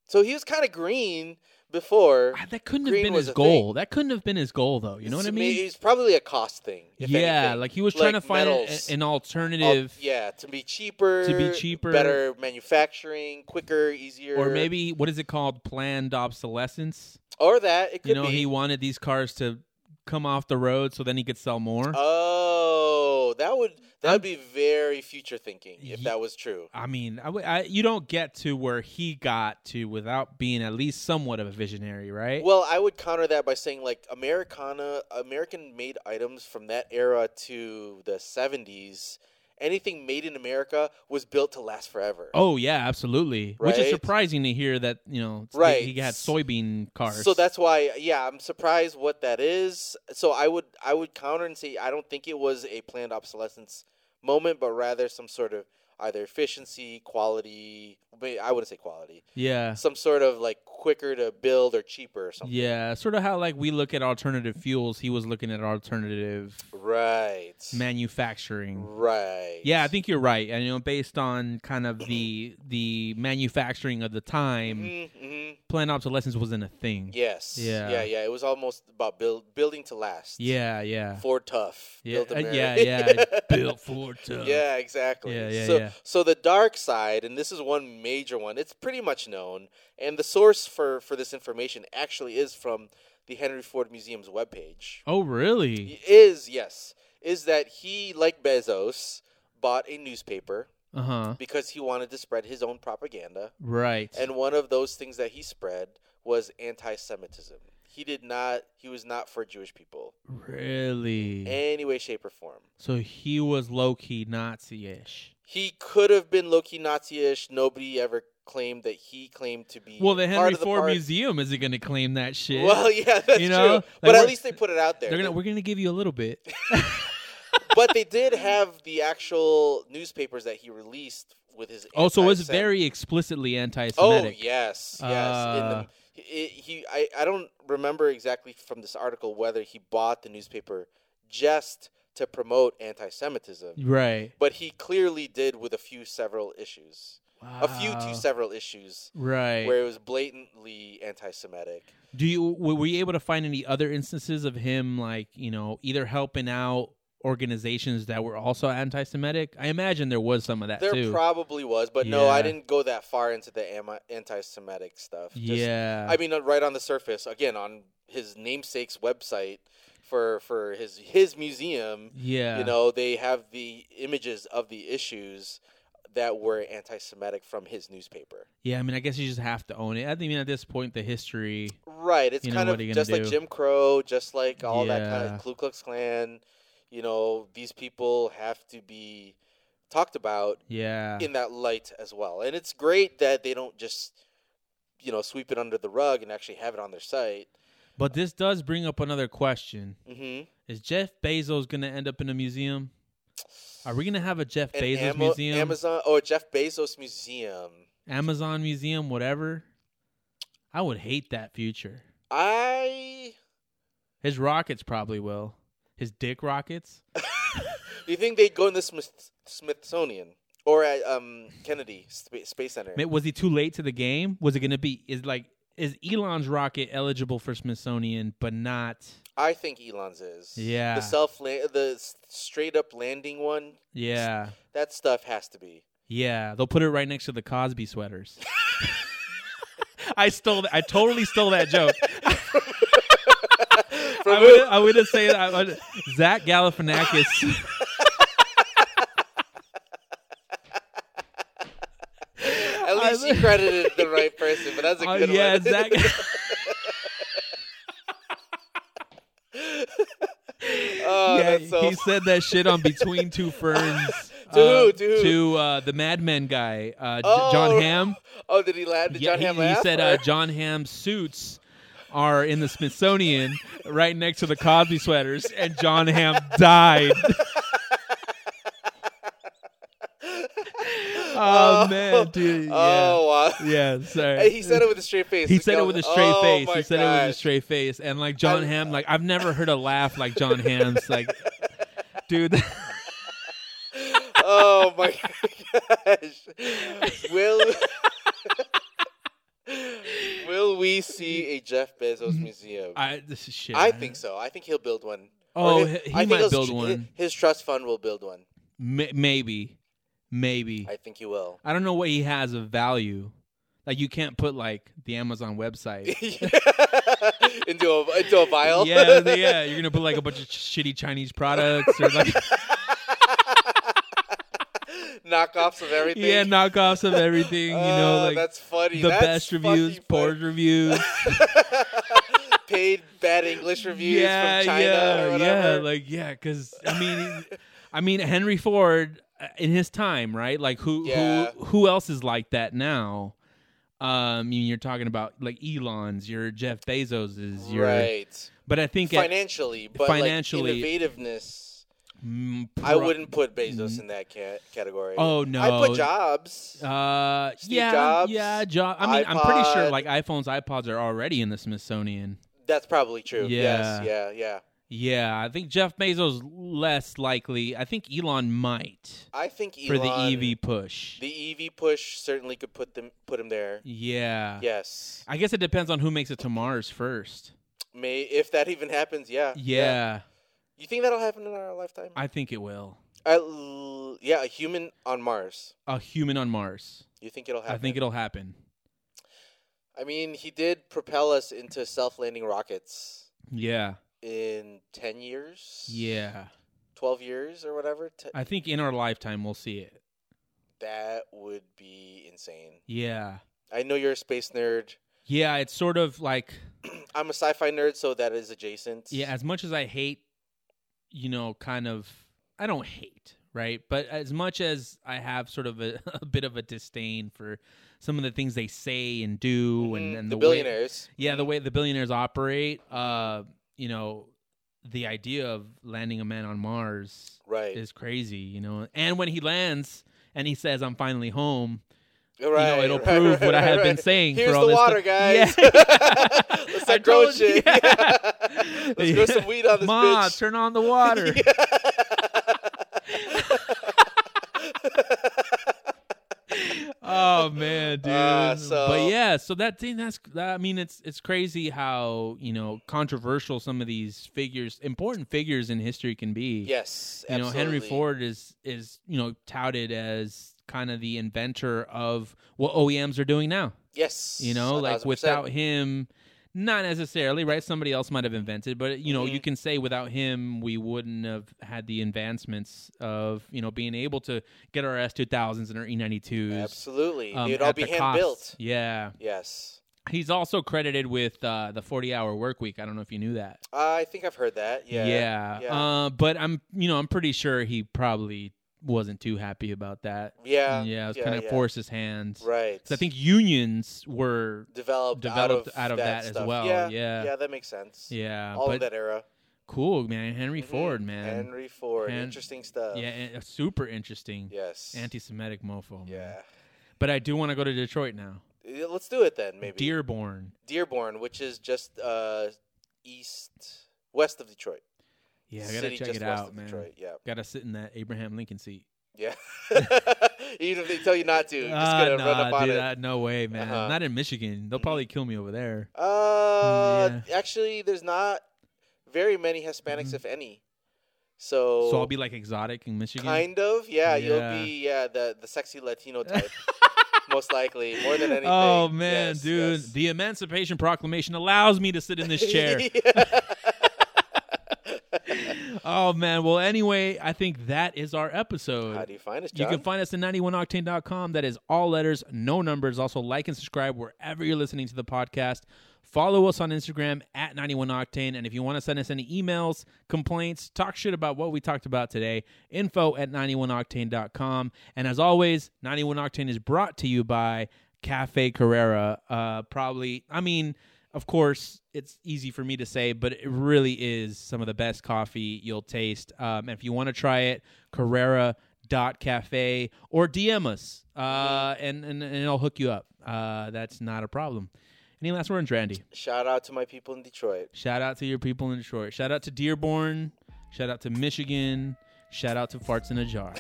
S3: So he was kind of green before.
S2: Ah, that couldn't have
S3: green
S2: been
S3: was
S2: his
S3: a thing.
S2: goal. That couldn't have been his goal, though. You know what I
S3: It's-
S2: mean?
S3: It's probably a cost thing. if
S2: yeah,
S3: anything.
S2: like he was trying
S3: Like
S2: to find a-
S3: metals.
S2: an
S3: Al-
S2: alternative,
S3: yeah, to be cheaper.
S2: cheaper.
S3: Better manufacturing, quicker, easier.
S2: or maybe what is it called? Planned obsolescence.
S3: Or that it
S2: You
S3: could
S2: know,
S3: be.
S2: he wanted these cars to come off the road so then he could sell more.
S3: Uh, Oh, that would that would be very future thinking if
S2: Ye-
S3: that was true.
S2: I mean, I w I you don't get to where he got to without being at least somewhat of a visionary, right?
S3: Well, I would counter that by saying like Americana, American made items from that era to the 70s, anything made in America was built to last forever.
S2: oh yeah, absolutely. Which is
S3: Right?
S2: surprising to hear that you know they-
S3: Right.
S2: he had soybean cars.
S3: So that's why, yeah, I'm surprised what that is. So I would, I would counter and say I don't think it was a planned obsolescence moment, but rather some sort of either efficiency, quality. but I wouldn't say quality.
S2: yeah.
S3: Some sort of like quicker to build or cheaper or something.
S2: Yeah, sort of how like we look at alternative fuels, he was looking at alternative
S3: Right.
S2: manufacturing.
S3: Right.
S2: Yeah, I think you're right. And you know, based on kind of the the manufacturing of the time,
S3: Mm-hmm.
S2: planned obsolescence wasn't a thing.
S3: Yes.
S2: Yeah.
S3: Yeah. Yeah. It was almost about build, building to last.
S2: Yeah, yeah.
S3: Ford Tough.
S2: Yeah,
S3: Built
S2: uh,
S3: Ameri-
S2: yeah, yeah. Built for tough.
S3: Yeah, exactly.
S2: Yeah, yeah,
S3: so,
S2: yeah.
S3: so the dark side, and this is one major one. It's pretty much known, and the source for for this information actually is from the Henry Ford Museum's webpage.
S2: Oh, really?
S3: Is yes, is that he like Bezos bought a newspaper
S2: Uh huh.
S3: because he wanted to spread his own propaganda,
S2: Right.
S3: and one of those things that he spread was anti-Semitism. He did not. He was not for Jewish people,
S2: really.
S3: any way, shape, or form.
S2: So he was low key Nazi-ish.
S3: he could have been low-key Nazi-ish. Nobody ever claimed that he claimed to be.
S2: Well, the
S3: part
S2: Henry
S3: of the
S2: Ford
S3: part-
S2: Museum isn't going to claim that shit.
S3: Well, yeah, that's
S2: You know?
S3: true.
S2: Like,
S3: But
S2: we're-
S3: at least they put it out there.
S2: They're gonna, we're going to give you a little bit.
S3: but they did have the actual newspapers that he released with his.
S2: Oh, so it was
S3: anti-Sem-
S2: very explicitly
S3: Oh
S2: anti-Semitic.
S3: yes, yes. In
S2: Uh,
S3: the, he, he, I, I don't remember exactly from this article whether he bought the newspaper just to promote anti-Semitism,
S2: Right.
S3: but he clearly did with a few several issues, a few
S2: Wow.
S3: to several issues.
S2: Right.
S3: where it was blatantly anti-Semitic.
S2: Do you were were you able to find any other instances of him like you know either helping out organizations that were also anti-Semitic? I imagine there was some of that
S3: There
S2: too.
S3: probably was, but no,
S2: Yeah.
S3: I didn't go that far into the am- anti-Semitic stuff. Just-
S2: yeah.
S3: I mean, uh, right on the surface, again on his namesake's website for for his his museum.
S2: yeah.
S3: You know, they have the images of the issues that were anti-Semitic from his newspaper.
S2: Yeah. I mean, I guess you just have to own it. I think I mean, at this point, the history.
S3: Right. It's
S2: You know,
S3: kind
S2: what
S3: of
S2: are you gonna
S3: just like
S2: do?
S3: Jim Crow, just like all that kind
S2: Yeah.
S3: of Ku Klux Klan. You know, these people have to be talked about
S2: Yeah.
S3: in that light as well. And it's great that they don't just, you know, sweep it under the rug and actually have it on their site.
S2: But this does bring up another question:
S3: Mm-hmm.
S2: Is Jeff Bezos going to end up in a museum? Are we going to have a Jeff
S3: And
S2: Bezos
S3: Amo-
S2: museum,
S3: Amazon, oh, Jeff Bezos Museum.
S2: Amazon museum, whatever? I would hate that future.
S3: I.
S2: His rockets probably will. His dick rockets.
S3: Do you think they'd go in the Smith- Smithsonian or at um, Kennedy Spa- Space Center?
S2: Ma- Was he too late to the game? Was it going to be is like is Elon's rocket eligible for Smithsonian but not?
S3: I think Elon's is.
S2: Yeah.
S3: The self, the straight up landing one.
S2: Yeah.
S3: That stuff has to be.
S2: Yeah, they'll put it right next to the Cosby sweaters. I stole that. I totally stole that joke.
S3: From
S2: I would I would have said I would, Zach Galifianakis.
S3: At
S2: I
S3: least
S2: would-
S3: he credited the right person, but that's a
S2: Oh,
S3: good
S2: yeah,
S3: one.
S2: Zach.
S3: oh,
S2: yeah,
S3: that's so
S2: he said that shit on Between Two Ferns.
S3: To
S2: uh,
S3: who? To who?
S2: to, uh, the Mad Men guy, uh, J-
S3: Oh,
S2: John Hamm.
S3: Oh, did he laugh? Did
S2: yeah,
S3: John
S2: he,
S3: Hamm
S2: he
S3: laugh? Oh,
S2: said
S3: or-
S2: uh, John Hamm's suits are in the Smithsonian, right next to the Cosby sweaters, and John Hamm died. oh, man, dude. Yeah.
S3: Oh, wow.
S2: yeah, sorry.
S3: Hey, he said it with a straight face.
S2: He
S3: Look
S2: said it
S3: out.
S2: with a straight
S3: Oh,
S2: face.
S3: my
S2: He said it with a
S3: gosh.
S2: straight face, and like John
S3: I-
S2: Hamm, like I've never heard a laugh like John Hamm's. Like, dude,
S3: Oh my Oh, gosh. Will Will we see a Jeff Bezos museum? I,
S2: Mm-hmm. I this is shit.
S3: think so. I think he'll build one.
S2: Oh,
S3: Or
S2: he- he
S3: I think
S2: might
S3: he'll-
S2: build
S3: hi-
S2: one.
S3: His trust fund will build one.
S2: Ma- maybe, maybe.
S3: I think he will.
S2: I don't know what he has of value. Like you can't put like the Amazon website.
S3: into a into a vial.
S2: yeah, yeah. You're gonna put like a bunch of ch- shitty Chinese products or like
S3: Knockoffs of everything.
S2: yeah knockoffs of everything. You know,
S3: Oh,
S2: like
S3: that's funny.
S2: the
S3: That's
S2: best reviews,
S3: fucking
S2: poor
S3: funny.
S2: reviews.
S3: Paid bad English reviews
S2: yeah,
S3: from China
S2: yeah,
S3: or whatever.
S2: yeah. Like yeah, because I mean, I mean Henry Ford uh, in his time, right? Like who
S3: Yeah.
S2: who who else is like that now? Um, I mean, you're talking about like Elon's, your Jeff Bezos's, your.
S3: right.
S2: But I think at-
S3: Financially, but
S2: Financially-
S3: like innovativeness.
S2: mm,
S3: I
S2: pro-
S3: wouldn't put Bezos in that ca- category.
S2: Mm-hmm. Oh no!
S3: I put Jobs.
S2: Uh,
S3: Steve
S2: yeah,
S3: Jobs,
S2: yeah. Jo- I mean, I'm pretty sure
S3: iPod.
S2: like iPhones, iPods are already in the Smithsonian.
S3: That's probably true.
S2: Yeah.
S3: Yes. Yeah. Yeah.
S2: Yeah, I think Jeff Bezos less likely. I think Elon might
S3: I think
S2: for
S3: Elon
S2: the E EV push.
S3: The EV push certainly could put them put him there.
S2: yeah.
S3: Yes.
S2: I guess it depends on who makes it to Mars first.
S3: May if that even happens. Yeah.
S2: Yeah,
S3: You think that'll happen in our lifetime?
S2: I think it will.
S3: I l- yeah, a human on Mars.
S2: A human on Mars.
S3: You think it'll happen?
S2: I think it'll happen.
S3: I mean, he did propel us into self-landing rockets
S2: Yeah.
S3: in 10 years?
S2: Yeah.
S3: 12 years or whatever. T-
S2: I think in our lifetime we'll see it.
S3: that would be insane.
S2: Yeah.
S3: I know you're a space nerd.
S2: Yeah, it's sort of like
S3: I'm a sci-fi nerd, so that is adjacent.
S2: Yeah, as much as I hate, you know, kind of, I don't hate, right? But as much as I have sort of a, a bit of a disdain for some of the things they say and do, and,
S3: Mhm,
S2: and
S3: the,
S2: way-
S3: billionaires.
S2: yeah, the way the billionaires operate, uh, you know, the idea of landing a man on Mars
S3: Right.
S2: is crazy, you know. And when he lands and he says, "I'm finally home,"
S3: Right,
S2: you know, it'll
S3: right,
S2: prove
S3: right,
S2: what I
S3: right,
S2: have been
S3: right.
S2: saying.
S3: Here's
S2: for all
S3: the
S2: this
S3: water,
S2: stuff.
S3: guys.
S2: Yeah.
S3: Let's
S2: I
S3: start growing
S2: told you,
S3: shit.
S2: yeah.
S3: Let's grow some weed on this
S2: Ma,
S3: bitch.
S2: turn on the water. oh man, dude.
S3: Uh, so-
S2: But yeah, so that thing that's that, I mean it's it's crazy how, you know, controversial some of these figures, important figures in history can be.
S3: yes,
S2: You know, Henry
S3: absolutely.
S2: Ford is is, you know, touted as kind of the inventor of what OEMs are doing now.
S3: Yes,
S2: You know,
S3: a
S2: like
S3: thousand
S2: without
S3: percent.
S2: him not necessarily, right? Somebody else might have invented, but you know,
S3: Mm-hmm.
S2: you can say without him we wouldn't have had the advancements of, you know, being able to get our S2000s and our E92s.
S3: absolutely,
S2: um,
S3: it'd all
S2: at
S3: be
S2: the
S3: hand
S2: cost.
S3: built.
S2: Yeah.
S3: Yes,
S2: He's also credited with uh, the 40-hour work week. I don't know if you knew that.
S3: I think I've heard that. Yeah,
S2: Yeah.
S3: yeah.
S2: Uh, but I'm, you know, I'm pretty sure he probably wasn't too happy about that.
S3: yeah,
S2: yeah, it was
S3: yeah,
S2: kind of
S3: yeah.
S2: forced his hands.
S3: Right.
S2: 'Cause I think unions were
S3: developed
S2: developed
S3: out of
S2: out of that as
S3: stuff.
S2: well,
S3: Yeah,
S2: yeah.
S3: that makes sense.
S2: yeah,
S3: all
S2: but
S3: of that era.
S2: cool, man. Henry
S3: Mhm.
S2: Ford, man.
S3: Henry Ford,
S2: Hen-
S3: interesting stuff.
S2: Yeah, and, uh, super interesting.
S3: Yes.
S2: Anti-Semitic mofo. man.
S3: Yeah.
S2: But I do want to go to Detroit now.
S3: Yeah, Let's do it then, maybe.
S2: Dearborn.
S3: Dearborn, which is just uh, east, west of Detroit.
S2: Yeah, I gotta
S3: City
S2: check
S3: just
S2: it
S3: west
S2: out,
S3: of
S2: man.
S3: Detroit. Yeah.
S2: Gotta sit in that Abraham Lincoln seat.
S3: Yeah. Even if they tell you not to, you're just
S2: Ah,
S3: gonna
S2: nah,
S3: run up on
S2: dude,
S3: it.
S2: ah, no way, man.
S3: Uh-huh.
S2: Not in Michigan. They'll
S3: Mhm.
S2: probably kill me over there.
S3: Uh, actually, there's not very many Hispanics,
S2: Mhm.
S3: if any. So,
S2: So I'll be like exotic in Michigan.
S3: Oh. kind of, yeah,
S2: Yeah.
S3: You'll be yeah the the sexy Latino type, most likely, more than anything.
S2: Oh man,
S3: Yes,
S2: dude,
S3: yes.
S2: the Emancipation Proclamation allows me to sit in this chair. oh man. Well, anyway, I think that is our episode.
S3: How do you find us,
S2: You
S3: John?
S2: can find us at 91octane.com. That is all letters, no numbers. Also, like and subscribe wherever you're listening to the podcast. Follow us on Instagram at 91octane. And if you want to send us any emails, complaints, talk shit about what we talked about today, info at 91octane.com. And as always, 91octane is brought to you by Cafe Carrera. Uh, probably, I mean, of course, it's easy for me to say, but it really is some of the best coffee you'll taste. Um, and if you want to try it, Carrera.cafe or DM us, uh,
S3: Mm-hmm.
S2: and, and, and I'll hook you up. Uh, that's not a problem. Any last words, Randy?
S3: Shout out to my people in Detroit.
S2: Shout out to your people in Detroit. Shout out to Dearborn. Shout out to Michigan. Shout out to Farts in a Jar.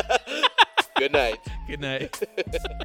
S3: Good night.
S2: Good night.